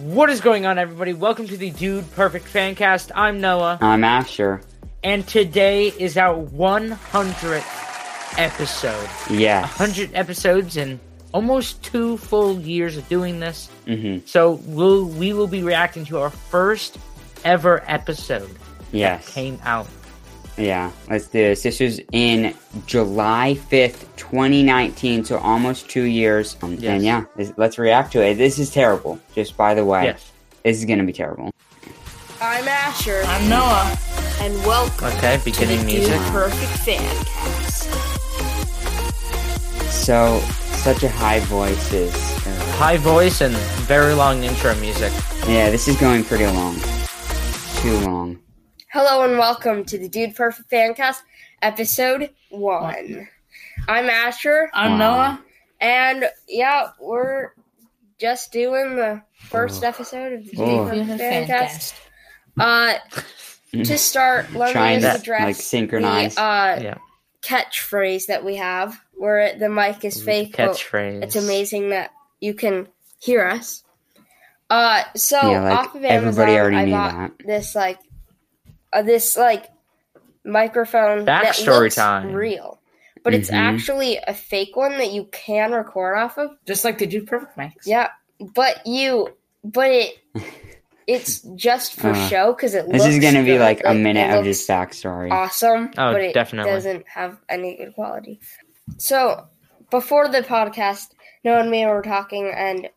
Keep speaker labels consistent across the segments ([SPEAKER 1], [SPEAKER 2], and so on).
[SPEAKER 1] What is going on, everybody? Welcome to the Dude Perfect Fancast. I'm Noah,
[SPEAKER 2] I'm Asher.
[SPEAKER 1] and today is our 100th episode.
[SPEAKER 2] Yeah.
[SPEAKER 1] 100 episodes and almost two full years of doing this. Mm-hmm. So we'll, we will be reacting to our first ever episode
[SPEAKER 2] Yes.
[SPEAKER 1] came out.
[SPEAKER 2] Yeah. Let's do this. This was in July 5th, 2019, so almost two years. Um,
[SPEAKER 1] Yes.
[SPEAKER 2] And yeah, this, let's react to it. This is terrible, just by the way.
[SPEAKER 1] Yes.
[SPEAKER 2] This is going to be terrible.
[SPEAKER 3] I'm Asher,
[SPEAKER 1] I'm Noah.
[SPEAKER 3] and welcome
[SPEAKER 1] Okay,
[SPEAKER 3] to the
[SPEAKER 1] beginning
[SPEAKER 3] Dude
[SPEAKER 1] music.
[SPEAKER 3] Perfect Fancast.
[SPEAKER 2] So, such a high voice is. uh,
[SPEAKER 1] High voice and very long intro music.
[SPEAKER 2] yeah, this is going pretty long. Too long.
[SPEAKER 3] Hello and welcome to the Dude Perfect Fancast, episode one. I'm Asher,
[SPEAKER 2] I'm Noah.
[SPEAKER 3] and yeah, we're just doing the first episode of the Dude
[SPEAKER 2] Oh.
[SPEAKER 3] Perfect Fancast. Uh, to start, let
[SPEAKER 2] Trying
[SPEAKER 3] me
[SPEAKER 2] to,
[SPEAKER 3] just address
[SPEAKER 2] like, synchronize.
[SPEAKER 3] the uh,
[SPEAKER 1] Yeah.
[SPEAKER 3] catchphrase that we have, where the mic is fake, but
[SPEAKER 1] Catchphrase.
[SPEAKER 3] It's amazing that you can hear us. Uh, so
[SPEAKER 2] Yeah, like,
[SPEAKER 3] off of Amazon,
[SPEAKER 2] everybody already
[SPEAKER 3] I
[SPEAKER 2] knew
[SPEAKER 3] got
[SPEAKER 2] that.
[SPEAKER 3] this like uh, this like microphone that
[SPEAKER 1] Backstory
[SPEAKER 3] looks
[SPEAKER 1] time.
[SPEAKER 3] real, but it's
[SPEAKER 2] Mhm.
[SPEAKER 3] actually a fake one that you can record off of.
[SPEAKER 4] Just like they do perfect mics.
[SPEAKER 3] Yeah, but you, but it, it's just for
[SPEAKER 2] Uh,
[SPEAKER 3] show because it.
[SPEAKER 2] This
[SPEAKER 3] looks
[SPEAKER 2] is going to be
[SPEAKER 3] good.
[SPEAKER 2] like a
[SPEAKER 3] it
[SPEAKER 2] minute of
[SPEAKER 3] looks
[SPEAKER 2] just backstory.
[SPEAKER 3] awesome,
[SPEAKER 1] Oh,
[SPEAKER 3] but it
[SPEAKER 1] definitely.
[SPEAKER 3] doesn't have any good quality. So before the podcast, Noah and me were talking, and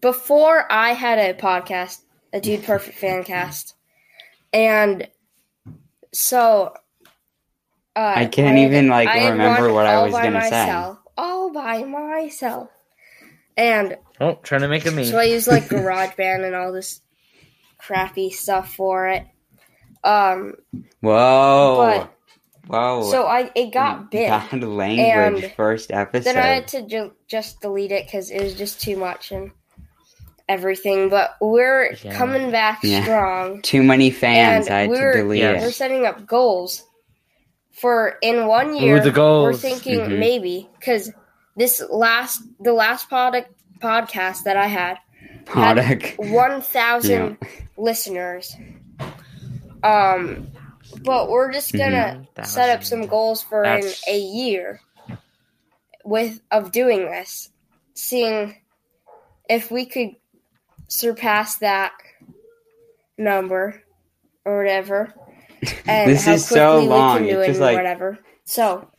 [SPEAKER 3] before I had a podcast, a Dude Perfect fan cast, and so uh,
[SPEAKER 2] I can't
[SPEAKER 3] had-
[SPEAKER 2] even, like,
[SPEAKER 3] had
[SPEAKER 2] remember
[SPEAKER 3] one
[SPEAKER 2] what I
[SPEAKER 3] all
[SPEAKER 2] was
[SPEAKER 3] by
[SPEAKER 2] gonna say.
[SPEAKER 3] myself, All by myself, and
[SPEAKER 1] Oh, trying to make a meme.
[SPEAKER 3] so I use like GarageBand and all this crappy stuff for it. Um,
[SPEAKER 2] Whoa.
[SPEAKER 3] but
[SPEAKER 2] Whoa.
[SPEAKER 3] so I it got big.
[SPEAKER 2] Bad language
[SPEAKER 3] And
[SPEAKER 2] first episode.
[SPEAKER 3] Then I had to ju- just delete it because it was just too much and everything. But we're
[SPEAKER 1] Yeah.
[SPEAKER 3] coming back
[SPEAKER 2] Yeah.
[SPEAKER 3] strong.
[SPEAKER 2] Too many fans.
[SPEAKER 3] And
[SPEAKER 2] I had
[SPEAKER 3] we're-
[SPEAKER 2] to delete
[SPEAKER 1] Yes.
[SPEAKER 3] We're
[SPEAKER 2] it.
[SPEAKER 3] setting up goals for in one year.
[SPEAKER 1] the goals.
[SPEAKER 3] We're thinking
[SPEAKER 2] Mhm.
[SPEAKER 3] maybe because this last the last product podcast that I had
[SPEAKER 2] Product.
[SPEAKER 3] one thousand listeners. Um, but we're just gonna
[SPEAKER 2] Mm-hmm.
[SPEAKER 3] set up
[SPEAKER 1] 1,000.
[SPEAKER 3] some goals for
[SPEAKER 1] That's-
[SPEAKER 3] in a year with of doing this, seeing if we could surpass that number or whatever. And
[SPEAKER 2] This
[SPEAKER 3] how
[SPEAKER 2] is so
[SPEAKER 3] quickly
[SPEAKER 2] long.
[SPEAKER 3] We can do
[SPEAKER 2] It's
[SPEAKER 3] it
[SPEAKER 2] just
[SPEAKER 3] and
[SPEAKER 2] like-
[SPEAKER 3] whatever. So,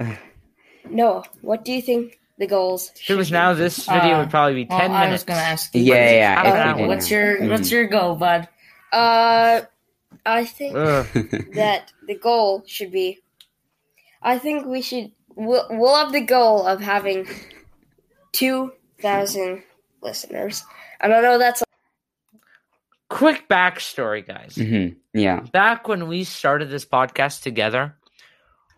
[SPEAKER 3] Noah, what do you think the goals?
[SPEAKER 1] If it was now, this video
[SPEAKER 4] Uh,
[SPEAKER 1] would probably be 10
[SPEAKER 4] well, I was
[SPEAKER 1] minutes.
[SPEAKER 4] gonna ask you.
[SPEAKER 2] Yeah,
[SPEAKER 1] I
[SPEAKER 2] yeah.
[SPEAKER 4] uh,
[SPEAKER 1] don't
[SPEAKER 2] if we
[SPEAKER 1] know.
[SPEAKER 2] didn't-
[SPEAKER 4] what's your
[SPEAKER 2] Mhm.
[SPEAKER 4] what's your goal, bud?
[SPEAKER 3] Uh, I think.
[SPEAKER 1] Ugh.
[SPEAKER 3] that the goal should be. I think we should. We'll, we'll have the goal of having two thousand listeners. And I don't know that's
[SPEAKER 1] quick backstory, guys.
[SPEAKER 2] Mhm. Yeah.
[SPEAKER 1] Back when we started this podcast together,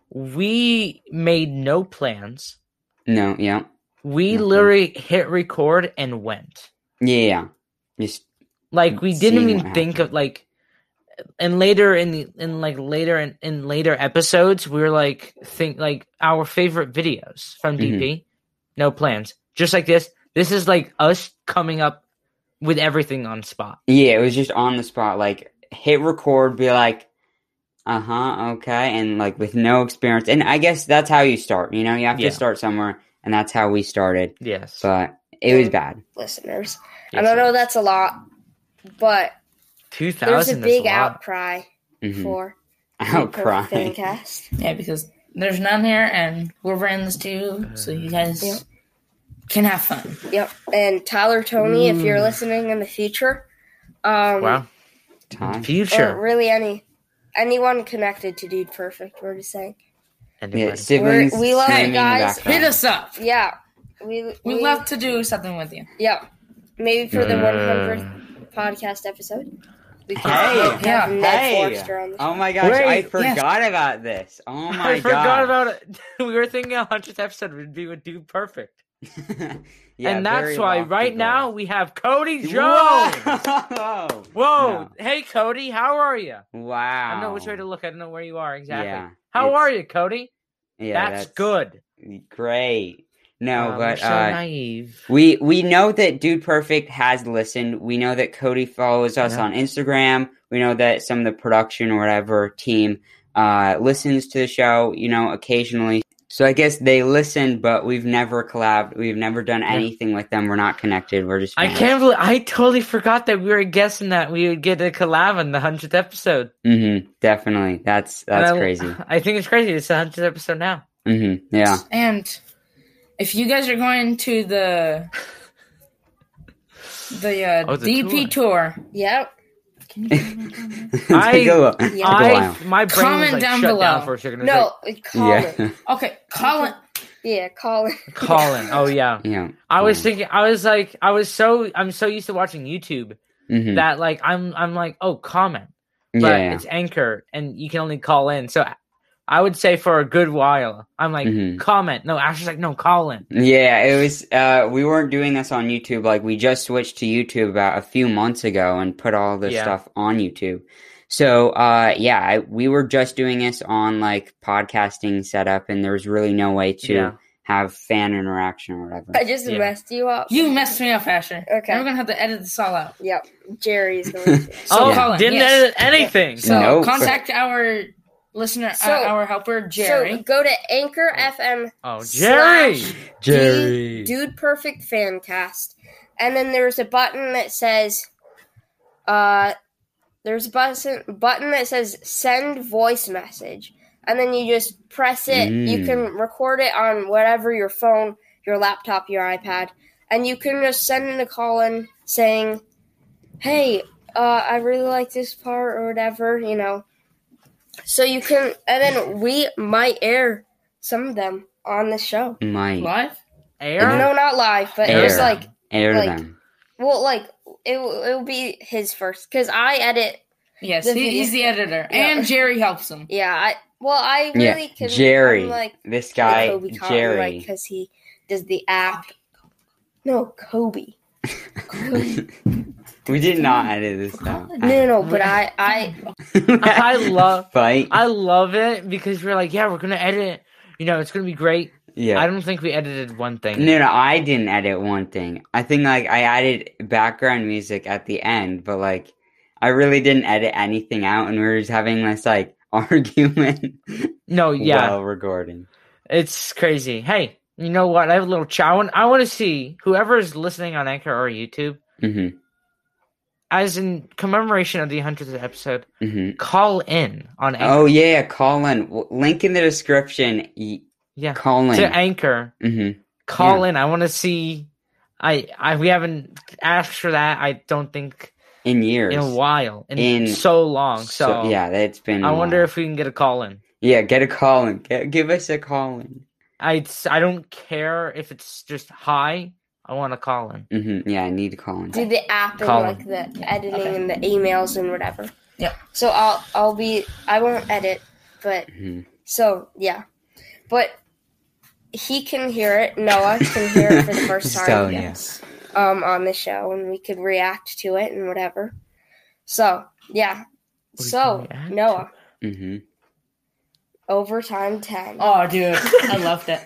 [SPEAKER 1] we made no plans.
[SPEAKER 2] No. Yeah.
[SPEAKER 1] We
[SPEAKER 2] Nothing.
[SPEAKER 1] literally hit record and went.
[SPEAKER 2] Yeah. Yeah. Just
[SPEAKER 1] Like we
[SPEAKER 2] Mm,
[SPEAKER 1] didn't
[SPEAKER 2] seeing
[SPEAKER 1] even
[SPEAKER 2] what
[SPEAKER 1] think of like and later in the in like later in, in later episodes we were like think like our favorite videos from DP. No plans. Just like this. This is like us coming up with everything on spot.
[SPEAKER 2] yeah. It was just on the spot. Like hit record. Be like, uh huh. Okay. And like with no experience. And I guess that's how you start. You know, you have
[SPEAKER 1] Yeah.
[SPEAKER 2] to start somewhere, and that's how we started.
[SPEAKER 1] Yes.
[SPEAKER 2] But it was bad.
[SPEAKER 3] listeners. And I don't know that's a lot, but
[SPEAKER 1] Two
[SPEAKER 3] there's a
[SPEAKER 1] thousand is a
[SPEAKER 3] big
[SPEAKER 1] lot.
[SPEAKER 3] outcry
[SPEAKER 2] Mm-hmm.
[SPEAKER 3] for
[SPEAKER 2] Outcry.
[SPEAKER 3] Fancast.
[SPEAKER 4] Yeah, because there's none here, and we're running this too, so you guys
[SPEAKER 3] Yeah.
[SPEAKER 4] can have fun.
[SPEAKER 3] Yep, and Tyler Tony, if you're listening in the future, um,
[SPEAKER 1] Mm. Wow.
[SPEAKER 2] Time.
[SPEAKER 3] or
[SPEAKER 1] Future.
[SPEAKER 3] Uh, really any anyone connected to Dude Perfect, we're just saying,
[SPEAKER 2] Yeah,
[SPEAKER 1] Anybody.
[SPEAKER 2] siblings.
[SPEAKER 3] We're- we love
[SPEAKER 2] screaming in
[SPEAKER 3] you
[SPEAKER 2] the
[SPEAKER 3] guys.
[SPEAKER 2] background.
[SPEAKER 4] Hit us up.
[SPEAKER 3] yeah, we
[SPEAKER 4] We'd love to do something with you.
[SPEAKER 3] yeah, maybe for the
[SPEAKER 1] Uh,
[SPEAKER 3] 100th podcast episode. We
[SPEAKER 2] Hey,
[SPEAKER 3] have
[SPEAKER 4] yeah,
[SPEAKER 3] Ned
[SPEAKER 2] hey.
[SPEAKER 3] Forster on the
[SPEAKER 2] Oh my gosh, I
[SPEAKER 1] Wait, yes.
[SPEAKER 2] forgot about this. Oh my
[SPEAKER 1] I forgot
[SPEAKER 2] gosh.
[SPEAKER 1] about it. We were thinking a hundredth episode would be would do perfect,
[SPEAKER 2] yeah,
[SPEAKER 1] and that's
[SPEAKER 2] very
[SPEAKER 1] why
[SPEAKER 2] lofty
[SPEAKER 1] right
[SPEAKER 2] goal.
[SPEAKER 1] now we have Cody Jones.
[SPEAKER 2] Whoa!
[SPEAKER 1] Whoa! Hey, Cody, how are you?
[SPEAKER 2] Wow.
[SPEAKER 1] I don't know which way to look. I don't know where you are exactly.
[SPEAKER 2] Yeah,
[SPEAKER 1] how
[SPEAKER 2] it's-
[SPEAKER 1] are you, Cody?
[SPEAKER 2] Yeah,
[SPEAKER 1] that's, good.
[SPEAKER 2] Great. No,
[SPEAKER 1] Um,
[SPEAKER 2] but
[SPEAKER 1] so
[SPEAKER 2] uh,
[SPEAKER 1] naive.
[SPEAKER 2] we we know that Dude Perfect has listened. We know that Cody follows us
[SPEAKER 1] Yeah.
[SPEAKER 2] on Instagram. We know that some of the production or whatever team uh, listens to the show. You know, occasionally. So I guess they listen, but we've never collabed. We've never done anything with them. We're not connected. We're just.
[SPEAKER 1] I
[SPEAKER 2] friends.
[SPEAKER 1] can't believe I totally forgot that we were guessing that we would get a collab on the hundredth episode.
[SPEAKER 2] Mhm, definitely. That's
[SPEAKER 1] And
[SPEAKER 2] that's
[SPEAKER 1] I-
[SPEAKER 2] crazy.
[SPEAKER 1] I think it's crazy. It's the hundredth episode now.
[SPEAKER 2] Mhm, yeah.
[SPEAKER 4] And if you guys are going to the the uh,
[SPEAKER 1] Oh, the
[SPEAKER 4] DP tour,
[SPEAKER 3] Yep.
[SPEAKER 4] can you give me that number?
[SPEAKER 1] I-
[SPEAKER 2] Take a look.
[SPEAKER 3] Yeah.
[SPEAKER 2] Took a while.
[SPEAKER 1] I my brain was
[SPEAKER 4] Comment
[SPEAKER 1] like shut down
[SPEAKER 4] down below.
[SPEAKER 1] for a second. It was
[SPEAKER 3] No, uh, Colin. Yeah,
[SPEAKER 2] Yeah.
[SPEAKER 4] okay, Colin.
[SPEAKER 3] yeah Colin.
[SPEAKER 1] like, Colin. Oh yeah.
[SPEAKER 2] Yeah.
[SPEAKER 1] I was
[SPEAKER 2] Yeah.
[SPEAKER 1] thinking. I was like, I was so I'm so used to watching YouTube
[SPEAKER 2] Mhm.
[SPEAKER 1] that like I'm I'm like oh comment, but
[SPEAKER 2] yeah. yeah.
[SPEAKER 1] it's Anchor and you can only call in. So I- I would say for a good while I'm like
[SPEAKER 2] Mhm.
[SPEAKER 1] comment. No, Ash is like no Colin.
[SPEAKER 2] Yeah, it was. Uh, we weren't doing this on YouTube. Like, we just switched to YouTube about a few months ago and put all this
[SPEAKER 1] Yeah.
[SPEAKER 2] stuff on YouTube. So, uh, yeah, I, we were just doing this on like podcasting setup, and there was really no way to
[SPEAKER 1] Yeah.
[SPEAKER 2] have fan interaction or whatever.
[SPEAKER 3] I just
[SPEAKER 1] Yeah.
[SPEAKER 3] messed you up.
[SPEAKER 4] You messed me up, Asher.
[SPEAKER 3] Okay.
[SPEAKER 4] Now we're gonna have to edit this all out.
[SPEAKER 3] Yep. Jerry's going. to.
[SPEAKER 4] So
[SPEAKER 1] oh,
[SPEAKER 4] Colin,
[SPEAKER 1] didn't
[SPEAKER 4] yes.
[SPEAKER 1] edit anything.
[SPEAKER 4] So
[SPEAKER 2] Nope.
[SPEAKER 4] contact our listener,
[SPEAKER 3] So-
[SPEAKER 4] uh, our helper Jerry.
[SPEAKER 3] So go to Anchor FM
[SPEAKER 1] Oh, Jerry.
[SPEAKER 3] Jerry. Dude Perfect Fan Cast. And then there's a button that says uh there's a button button that says send voice message. And then you just press it. You
[SPEAKER 2] Mm.
[SPEAKER 3] can record it on whatever your phone, your laptop, your iPad, and you can just send in a call in saying, Hey, uh, I really like this part or whatever, you know. So you can and then we might air some of them on the show.
[SPEAKER 2] Might
[SPEAKER 4] Live.
[SPEAKER 1] Air.
[SPEAKER 3] No, not live, but it was
[SPEAKER 2] Air.
[SPEAKER 3] like,
[SPEAKER 2] air
[SPEAKER 3] like-
[SPEAKER 2] them.
[SPEAKER 3] well, like it will, it will be his first because I edit.
[SPEAKER 4] Yes,
[SPEAKER 3] The
[SPEAKER 4] he,
[SPEAKER 3] video-
[SPEAKER 4] he's the editor,
[SPEAKER 3] Yeah.
[SPEAKER 4] and Jerry helps him.
[SPEAKER 3] Yeah, I well, I
[SPEAKER 2] Yeah,
[SPEAKER 3] really can.
[SPEAKER 2] Jerry.
[SPEAKER 3] I'm like
[SPEAKER 2] This guy,
[SPEAKER 3] Kobe Cotton,
[SPEAKER 2] Jerry.
[SPEAKER 3] because he does the app. No, Kobe.
[SPEAKER 2] we did not edit this out.
[SPEAKER 3] No, no, no, but I, I,
[SPEAKER 1] I love-
[SPEAKER 2] fight.
[SPEAKER 1] I love it because we're like, yeah, we're gonna edit. it. You know, it's gonna be great.
[SPEAKER 2] yeah.
[SPEAKER 1] I don't think we edited one thing.
[SPEAKER 2] No, no, I didn't edit one thing. I think like I added background music at the end, but like I really didn't edit anything out, and we were just having this like argument
[SPEAKER 1] No, yeah,
[SPEAKER 2] while recording.
[SPEAKER 1] it's crazy. Hey, you know what? I have a little challenge. I want to see whoever is listening on Anchor or YouTube,
[SPEAKER 2] hmm
[SPEAKER 1] as in commemoration of the hundredth episode,
[SPEAKER 2] hmm
[SPEAKER 1] call in on Anchor.
[SPEAKER 2] Oh yeah, Colin. W- Link in the description. Y-
[SPEAKER 1] yeah,
[SPEAKER 2] Colin.
[SPEAKER 1] to Anchor,
[SPEAKER 2] mm-hmm.
[SPEAKER 1] call in. I want to see. I, I we haven't asked for that. I don't think
[SPEAKER 2] In years.
[SPEAKER 1] in a while, in,
[SPEAKER 2] In-
[SPEAKER 1] so long. So,
[SPEAKER 2] yeah, that's been.
[SPEAKER 1] I
[SPEAKER 2] a
[SPEAKER 1] wonder
[SPEAKER 2] while.
[SPEAKER 1] if we can get a call in.
[SPEAKER 2] Yeah, get a Colin. Get, give us a Colin.
[SPEAKER 1] I I don't care if it's just hi. I want to call in.
[SPEAKER 2] Mm-hmm. Yeah, I need a Colin.
[SPEAKER 3] do the app and
[SPEAKER 1] Colin.
[SPEAKER 3] like the
[SPEAKER 4] Yeah,
[SPEAKER 3] editing
[SPEAKER 4] okay.
[SPEAKER 3] and the emails and whatever.
[SPEAKER 4] Yeah.
[SPEAKER 3] So I'll, I'll be, I won't edit, but
[SPEAKER 2] Mhm.
[SPEAKER 3] so yeah, but he can hear it. Noah can hear it for the first time.
[SPEAKER 2] So yeah.
[SPEAKER 4] Yes.
[SPEAKER 3] um, on the show and we could react to it and whatever. So, yeah.
[SPEAKER 1] We
[SPEAKER 3] so,
[SPEAKER 1] can react
[SPEAKER 3] Noah,
[SPEAKER 2] hmm
[SPEAKER 3] overtime 10.
[SPEAKER 4] Oh, dude, I loved it.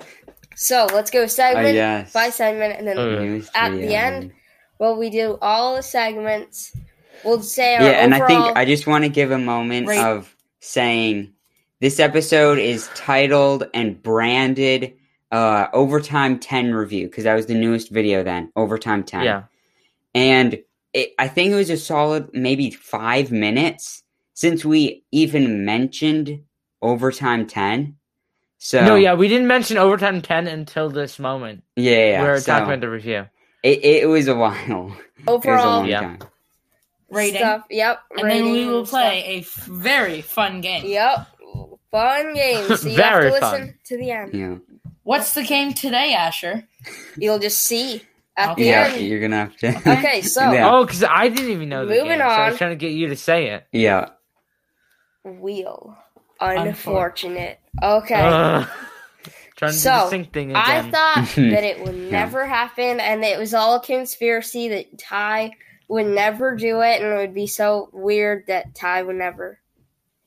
[SPEAKER 3] So, let's go segment
[SPEAKER 2] Oh, yes.
[SPEAKER 3] by segment. And then,
[SPEAKER 4] Oh,
[SPEAKER 1] Uh,
[SPEAKER 3] at the end, well, we do all the segments. We'll say our
[SPEAKER 2] yeah and i
[SPEAKER 3] overall.
[SPEAKER 2] think i just want to give a moment
[SPEAKER 4] Right.
[SPEAKER 2] of saying this episode is titled and branded uh overtime 10 review because that was the newest video then overtime 10
[SPEAKER 1] Yeah,
[SPEAKER 2] and it, i think it was a solid maybe five minutes since we even mentioned overtime 10 so
[SPEAKER 1] no, yeah, we didn't mention overtime ten until this moment.
[SPEAKER 2] yeah, yeah, yeah.
[SPEAKER 1] we're
[SPEAKER 2] so
[SPEAKER 1] talking about the review.
[SPEAKER 2] it, it was a while it was a
[SPEAKER 3] overall
[SPEAKER 2] long
[SPEAKER 1] Yeah.
[SPEAKER 2] time
[SPEAKER 4] Rating,
[SPEAKER 3] stuff. Yep.
[SPEAKER 4] and then we
[SPEAKER 3] rating
[SPEAKER 4] will
[SPEAKER 3] and
[SPEAKER 4] play a f- very fun game.
[SPEAKER 3] stuff. Yep. Fun game. So, you have to
[SPEAKER 1] Very
[SPEAKER 3] listen
[SPEAKER 1] fun.
[SPEAKER 3] to the end.
[SPEAKER 2] yeah
[SPEAKER 4] What's the game today, Asher?
[SPEAKER 3] You'll just see At the
[SPEAKER 2] Yeah,
[SPEAKER 3] end.
[SPEAKER 2] you're gonna have to.
[SPEAKER 3] Okay, so
[SPEAKER 2] Yeah.
[SPEAKER 1] Oh, because I didn't even know the
[SPEAKER 3] Moving
[SPEAKER 1] game, so I
[SPEAKER 3] on.
[SPEAKER 1] was trying to get you to say it.
[SPEAKER 2] yeah,
[SPEAKER 3] wheel.
[SPEAKER 4] Unfortunate.
[SPEAKER 3] Unfortunate. Okay.
[SPEAKER 4] Oh.
[SPEAKER 1] Ugh. trying to do
[SPEAKER 3] So,
[SPEAKER 1] the sync thing again.
[SPEAKER 3] I thought that it would never happen and it was all a conspiracy that Ty would never do it and it would be so weird that Ty would never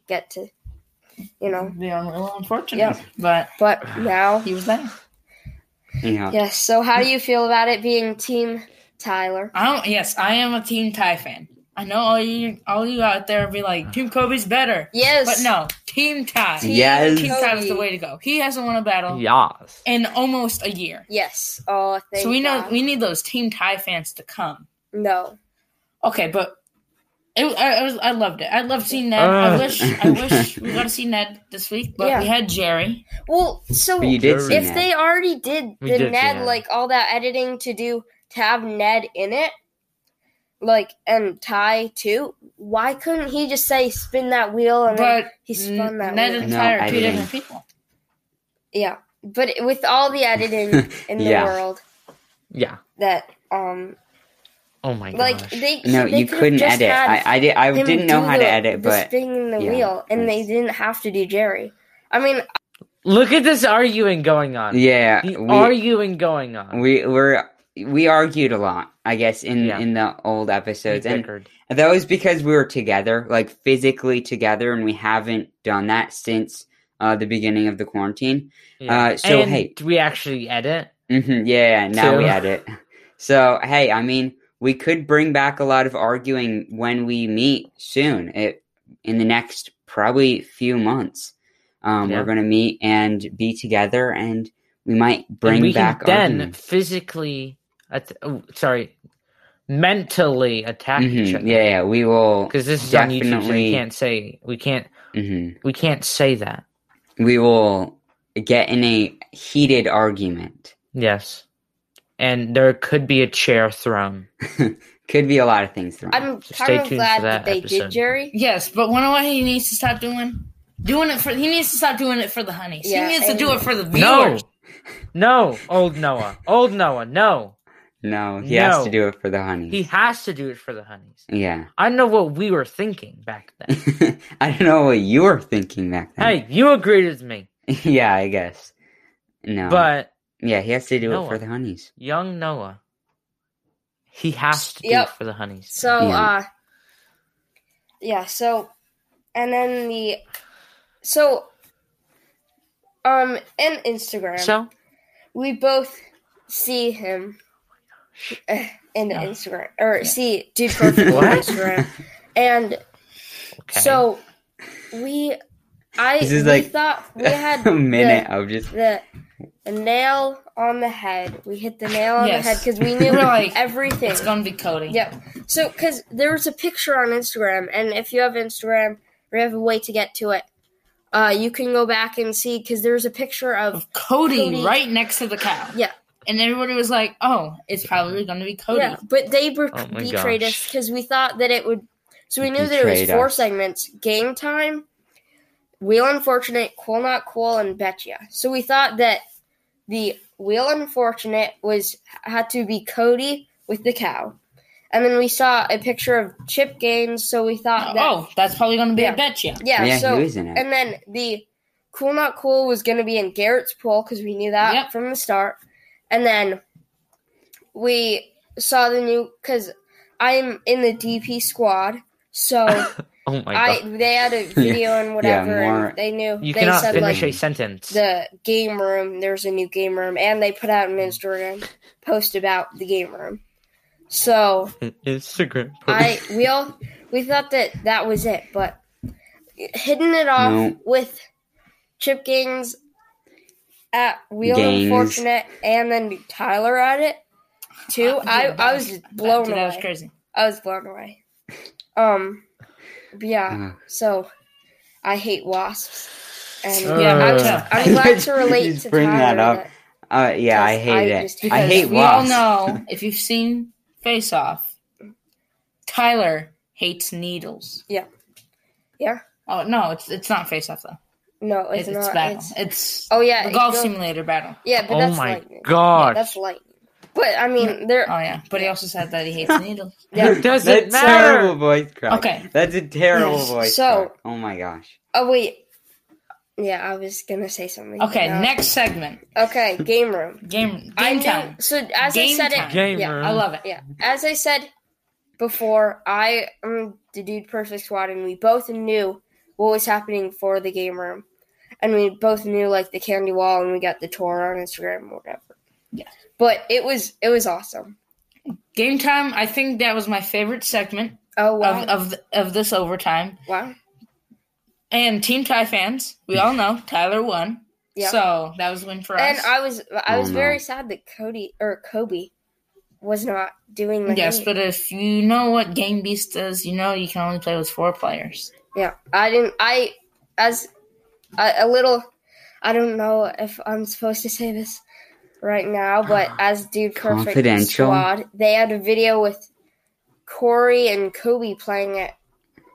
[SPEAKER 3] get to you know.
[SPEAKER 4] They are a little unfortunate,
[SPEAKER 3] Yep.
[SPEAKER 4] but
[SPEAKER 3] But now
[SPEAKER 4] he was there.
[SPEAKER 2] yeah.
[SPEAKER 3] Yes, so how do you feel about it being team Tyler?
[SPEAKER 4] I don't. Yes, I am a Team Ty fan. I know all you, all you out there be like, Team Kobe's better,
[SPEAKER 3] Yes.
[SPEAKER 4] but no, Team Ty.
[SPEAKER 3] Team
[SPEAKER 2] Yes.
[SPEAKER 4] Team Ty is the
[SPEAKER 3] Kobe.
[SPEAKER 4] way to go. He hasn't won a battle
[SPEAKER 1] Yas.
[SPEAKER 4] in almost a year,
[SPEAKER 3] Yes. Oh, thank
[SPEAKER 4] so we know
[SPEAKER 3] God.
[SPEAKER 4] we need those Team Ty fans to come.
[SPEAKER 3] No.
[SPEAKER 4] Okay, but it, I, I was I loved it. I loved seeing Ned. I
[SPEAKER 1] Ugh.
[SPEAKER 4] wish I wish we got to see Ned this week, but
[SPEAKER 3] Yeah.
[SPEAKER 4] we had Jerry.
[SPEAKER 3] Well, so
[SPEAKER 2] But you did see
[SPEAKER 3] if
[SPEAKER 2] that.
[SPEAKER 3] they already did
[SPEAKER 1] We did
[SPEAKER 3] the
[SPEAKER 1] see
[SPEAKER 3] Ned,
[SPEAKER 1] that.
[SPEAKER 3] like all that editing to do to have Ned in it, like and Ty too, why couldn't he just say spin that wheel and then
[SPEAKER 4] But
[SPEAKER 3] he spun that
[SPEAKER 4] Ned
[SPEAKER 3] wheel?
[SPEAKER 4] and
[SPEAKER 2] No,
[SPEAKER 4] Ty are two
[SPEAKER 2] editing.
[SPEAKER 4] different people.
[SPEAKER 3] yeah, but with all the editing in the
[SPEAKER 2] Yeah.
[SPEAKER 3] world,
[SPEAKER 1] Yeah.
[SPEAKER 3] that um,
[SPEAKER 1] Oh my god.
[SPEAKER 3] like they
[SPEAKER 2] No,
[SPEAKER 3] they
[SPEAKER 2] you
[SPEAKER 3] could've
[SPEAKER 2] couldn't
[SPEAKER 3] just
[SPEAKER 2] edit.
[SPEAKER 3] had
[SPEAKER 2] I, I did. I
[SPEAKER 3] him
[SPEAKER 2] didn't know
[SPEAKER 3] do
[SPEAKER 2] how
[SPEAKER 3] the-
[SPEAKER 2] to edit,
[SPEAKER 3] the
[SPEAKER 2] but
[SPEAKER 3] spinning the
[SPEAKER 2] yeah,
[SPEAKER 3] wheel, and they
[SPEAKER 2] it's-
[SPEAKER 3] didn't have to do Jerry. I mean,
[SPEAKER 1] Look at this arguing going on.
[SPEAKER 2] yeah,
[SPEAKER 1] The
[SPEAKER 2] we
[SPEAKER 1] arguing going on.
[SPEAKER 2] we were we argued a lot. I guess in
[SPEAKER 1] Yeah.
[SPEAKER 2] in the old
[SPEAKER 1] We
[SPEAKER 2] episodes, and
[SPEAKER 1] bickered.
[SPEAKER 2] that was because we were together, like physically together, and we haven't done that since uh, the beginning of the quarantine.
[SPEAKER 1] Yeah.
[SPEAKER 2] uh, so,
[SPEAKER 1] And
[SPEAKER 2] hey.
[SPEAKER 1] do we actually edit?
[SPEAKER 2] hmm yeah, yeah, now we
[SPEAKER 1] So-
[SPEAKER 2] had it. So, hey, I mean, we could bring back a lot of arguing when we meet soon. It in the next probably few months. Um,
[SPEAKER 1] Yeah.
[SPEAKER 2] We're gonna meet and be together, and we might bring
[SPEAKER 1] and we
[SPEAKER 2] back
[SPEAKER 1] can then
[SPEAKER 2] arguing.
[SPEAKER 1] physically, at- oh, sorry, mentally attack each
[SPEAKER 2] Mhm,
[SPEAKER 1] other.
[SPEAKER 2] Yeah, yeah, we will.
[SPEAKER 1] because this is on YouTube, so
[SPEAKER 2] Definitely.
[SPEAKER 1] we can't say we can't
[SPEAKER 2] mhm.
[SPEAKER 1] we can't say that.
[SPEAKER 2] we will get in a heated argument.
[SPEAKER 1] Yes, and there could be a chair thrown.
[SPEAKER 2] Could be a lot of things thrown.
[SPEAKER 3] I'm
[SPEAKER 1] So stay
[SPEAKER 3] kind
[SPEAKER 1] tuned
[SPEAKER 3] of
[SPEAKER 1] for
[SPEAKER 3] glad
[SPEAKER 1] that
[SPEAKER 3] that, they
[SPEAKER 1] episode.
[SPEAKER 3] did Jerry.
[SPEAKER 4] Yes, but you know what he needs to stop doing? Doing it for he needs to stop doing it for the honeys.
[SPEAKER 3] Yeah,
[SPEAKER 4] he needs to
[SPEAKER 3] and-
[SPEAKER 4] do it for the
[SPEAKER 1] No,
[SPEAKER 4] viewers.
[SPEAKER 1] no, old Noah, old Noah, no.
[SPEAKER 2] no, he has to
[SPEAKER 1] No.
[SPEAKER 2] do it for the honey.
[SPEAKER 1] He has to do it for the honeys.
[SPEAKER 2] yeah.
[SPEAKER 1] I know what we were thinking back then.
[SPEAKER 2] I don't know what you were thinking back then.
[SPEAKER 1] hey, you agreed with me,
[SPEAKER 2] yeah, I guess. No.
[SPEAKER 1] but
[SPEAKER 2] yeah, he has to do it
[SPEAKER 1] Noah.
[SPEAKER 2] for the honeys.
[SPEAKER 1] young Noah, he has to do
[SPEAKER 3] Yep.
[SPEAKER 1] it for the honeys.
[SPEAKER 3] So
[SPEAKER 2] Yeah.
[SPEAKER 3] uh yeah, so and then the so um in Instagram
[SPEAKER 1] so
[SPEAKER 3] we both see him eh, in the
[SPEAKER 4] Yeah.
[SPEAKER 3] Instagram or see dude perfect on
[SPEAKER 1] What?
[SPEAKER 3] Instagram. And
[SPEAKER 1] okay.
[SPEAKER 3] so we I
[SPEAKER 2] This is
[SPEAKER 3] we
[SPEAKER 2] like
[SPEAKER 3] thought we had
[SPEAKER 2] a minute
[SPEAKER 3] the-
[SPEAKER 2] of just
[SPEAKER 3] the, the nail on the head. We hit the nail on
[SPEAKER 4] Yes.
[SPEAKER 3] the head because we knew
[SPEAKER 4] We're like,
[SPEAKER 3] everything.
[SPEAKER 4] It's gonna be Cody.
[SPEAKER 3] Yep. So, because there was a picture on Instagram, and if you have Instagram or you have a way to get to it, uh, you can go back and see because there's a picture of
[SPEAKER 4] Of Cody,
[SPEAKER 3] Cody.
[SPEAKER 4] right next to the cow.
[SPEAKER 3] Yeah.
[SPEAKER 4] And everybody was like, Oh, it's probably gonna be Cody.
[SPEAKER 3] yeah, but they ber-
[SPEAKER 1] Oh my
[SPEAKER 3] betrayed us
[SPEAKER 1] gosh.
[SPEAKER 3] because we thought that it would. So we
[SPEAKER 2] They
[SPEAKER 3] knew there was
[SPEAKER 2] betrayed
[SPEAKER 3] four
[SPEAKER 2] us.
[SPEAKER 3] segments: game time, wheel unfortunate, cool not cool, and betcha. So we thought that the wheel unfortunate was had to be Cody with the cow, and then we saw a picture of Chip Gaines. So we thought that
[SPEAKER 4] Oh, that's probably gonna be
[SPEAKER 3] Yeah.
[SPEAKER 4] a bet you.
[SPEAKER 3] Yeah,
[SPEAKER 2] Yeah,
[SPEAKER 3] so
[SPEAKER 2] he was in it.
[SPEAKER 3] and then the cool not cool was going to be in Garrett's pool because we knew that
[SPEAKER 4] Yep.
[SPEAKER 3] from the start, and then we saw the new because I'm in the DP squad, so
[SPEAKER 1] oh my
[SPEAKER 3] I
[SPEAKER 1] god,
[SPEAKER 3] they had a video and whatever,
[SPEAKER 2] more-
[SPEAKER 3] and they knew
[SPEAKER 1] you
[SPEAKER 3] they
[SPEAKER 1] cannot
[SPEAKER 3] said
[SPEAKER 1] finish
[SPEAKER 3] like
[SPEAKER 1] a sentence.
[SPEAKER 3] the game room. There's a new game room, and they put out an Instagram post about the game room. So
[SPEAKER 1] Instagram.
[SPEAKER 3] I we all we thought that that was it, but hitting it off
[SPEAKER 2] No.
[SPEAKER 3] with Chip Gangs at Wheel
[SPEAKER 2] Gangs.
[SPEAKER 3] Unfortunate and then Tyler at it too. I, I was just blown
[SPEAKER 4] Dude, Uh, that was
[SPEAKER 3] away.
[SPEAKER 4] crazy.
[SPEAKER 3] I was blown away. Um, but yeah.
[SPEAKER 2] Ugh.
[SPEAKER 3] So I hate wasps, and
[SPEAKER 1] Uh,
[SPEAKER 3] yeah, I'm,
[SPEAKER 4] yeah.
[SPEAKER 3] I'm glad to
[SPEAKER 2] You
[SPEAKER 3] relate
[SPEAKER 2] just
[SPEAKER 3] to
[SPEAKER 2] bring
[SPEAKER 3] Tyler.
[SPEAKER 2] that up. uh,
[SPEAKER 3] that-
[SPEAKER 2] yeah, I
[SPEAKER 3] Because I
[SPEAKER 2] hate
[SPEAKER 3] just-
[SPEAKER 2] it.
[SPEAKER 4] Because
[SPEAKER 2] I hate
[SPEAKER 4] we
[SPEAKER 2] wasps.
[SPEAKER 4] all know if you've seen Face Off, Tyler hates needles.
[SPEAKER 3] yeah.
[SPEAKER 4] Oh no, it's it's not Face Off though.
[SPEAKER 3] No, it's
[SPEAKER 4] It's, it's
[SPEAKER 3] not.
[SPEAKER 4] battle.
[SPEAKER 3] It's,
[SPEAKER 4] It's
[SPEAKER 3] oh yeah,
[SPEAKER 4] the
[SPEAKER 3] it
[SPEAKER 4] golf
[SPEAKER 3] goes-
[SPEAKER 4] simulator battle.
[SPEAKER 3] Yeah, but
[SPEAKER 1] oh
[SPEAKER 3] that's
[SPEAKER 1] my
[SPEAKER 3] lightning. Yeah,
[SPEAKER 1] god.
[SPEAKER 3] that's lightning. But I mean, there.
[SPEAKER 4] Oh yeah, but he also said that he hates needles.
[SPEAKER 3] Yeah.
[SPEAKER 1] Does
[SPEAKER 2] That's
[SPEAKER 1] it matter?
[SPEAKER 2] terrible voice crack.
[SPEAKER 4] Okay.
[SPEAKER 2] That's a terrible
[SPEAKER 3] Yes.
[SPEAKER 2] voice
[SPEAKER 3] So-
[SPEAKER 2] crack. Oh my gosh.
[SPEAKER 3] Oh wait. Yeah, I was gonna say something.
[SPEAKER 4] Okay,
[SPEAKER 3] No.
[SPEAKER 4] next segment.
[SPEAKER 3] Okay, game room.
[SPEAKER 4] Game game
[SPEAKER 3] I knew-
[SPEAKER 4] time.
[SPEAKER 3] So as I
[SPEAKER 4] Game
[SPEAKER 3] said
[SPEAKER 4] time.
[SPEAKER 3] it,
[SPEAKER 1] Game
[SPEAKER 3] yeah,
[SPEAKER 1] room.
[SPEAKER 4] I love it.
[SPEAKER 3] yeah. As I said before, I am the dude perfect squad, and we both knew what was happening for the game room, and we both knew like the candy wall, and we got the tour on Instagram or whatever.
[SPEAKER 4] Yeah.
[SPEAKER 3] but it was it was awesome.
[SPEAKER 4] Game time. I think that was my favorite segment
[SPEAKER 3] Oh wow,
[SPEAKER 4] of of th- of this overtime.
[SPEAKER 3] wow,
[SPEAKER 4] And Team Ty fans, we all know Tyler won.
[SPEAKER 3] yeah.
[SPEAKER 4] So that was a win for
[SPEAKER 3] and
[SPEAKER 4] us.
[SPEAKER 3] I was I
[SPEAKER 2] Oh,
[SPEAKER 3] was
[SPEAKER 2] no.
[SPEAKER 3] very sad that Cody or Kobe was not doing the
[SPEAKER 4] yes,
[SPEAKER 3] game.
[SPEAKER 4] but if you know what Game Beast is, you know you can only play with four players.
[SPEAKER 3] Yeah, I didn't. I as a, a little. I don't know if I'm supposed to say this right now, but as Dude Perfect
[SPEAKER 2] Confidential.
[SPEAKER 3] Squad, they had a video with Corey and Kobe playing it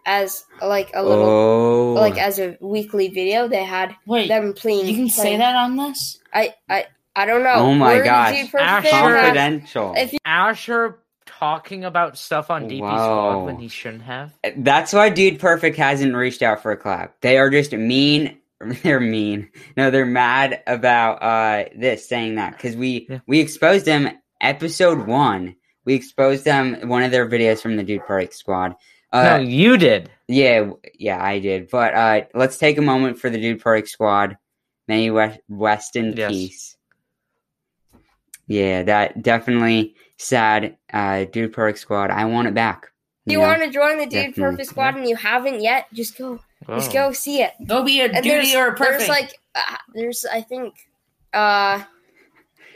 [SPEAKER 3] as like a little,
[SPEAKER 2] Oh.
[SPEAKER 3] like as a weekly video. They had
[SPEAKER 4] Wait,
[SPEAKER 3] them playing.
[SPEAKER 4] you can say
[SPEAKER 3] playing-
[SPEAKER 4] that on this?
[SPEAKER 3] I I I don't know.
[SPEAKER 2] Oh my
[SPEAKER 3] We're the
[SPEAKER 2] gosh.
[SPEAKER 3] Dude Perfect
[SPEAKER 1] Asher-
[SPEAKER 3] Fan Club.
[SPEAKER 2] Confidential.
[SPEAKER 3] If you-
[SPEAKER 1] Asher talking about stuff on DP
[SPEAKER 2] Wow.
[SPEAKER 1] Squad when he shouldn't have.
[SPEAKER 2] That's why Dude Perfect hasn't reached out for a collab. They are just mean. They're mean. No, they're mad about uh this saying that because we
[SPEAKER 1] Yeah.
[SPEAKER 2] we exposed them episode one. We exposed them one of their videos from the Dude Perfect squad. Uh,
[SPEAKER 1] no, you did.
[SPEAKER 2] Yeah, w- yeah, I did. But uh let's take a moment for the Dude Perfect squad. May you west, rest in
[SPEAKER 1] Yes.
[SPEAKER 2] peace. Yeah, that definitely sad. Uh, Dude Perfect squad. I want it back.
[SPEAKER 3] if you
[SPEAKER 2] know?
[SPEAKER 3] want to join the Dude
[SPEAKER 2] Definitely.
[SPEAKER 3] Perfect Squad and you haven't yet, just go, just
[SPEAKER 1] Wow.
[SPEAKER 3] go see it.
[SPEAKER 4] Go be a
[SPEAKER 3] And
[SPEAKER 4] duty or a perfect.
[SPEAKER 3] There's like uh, there's I think uh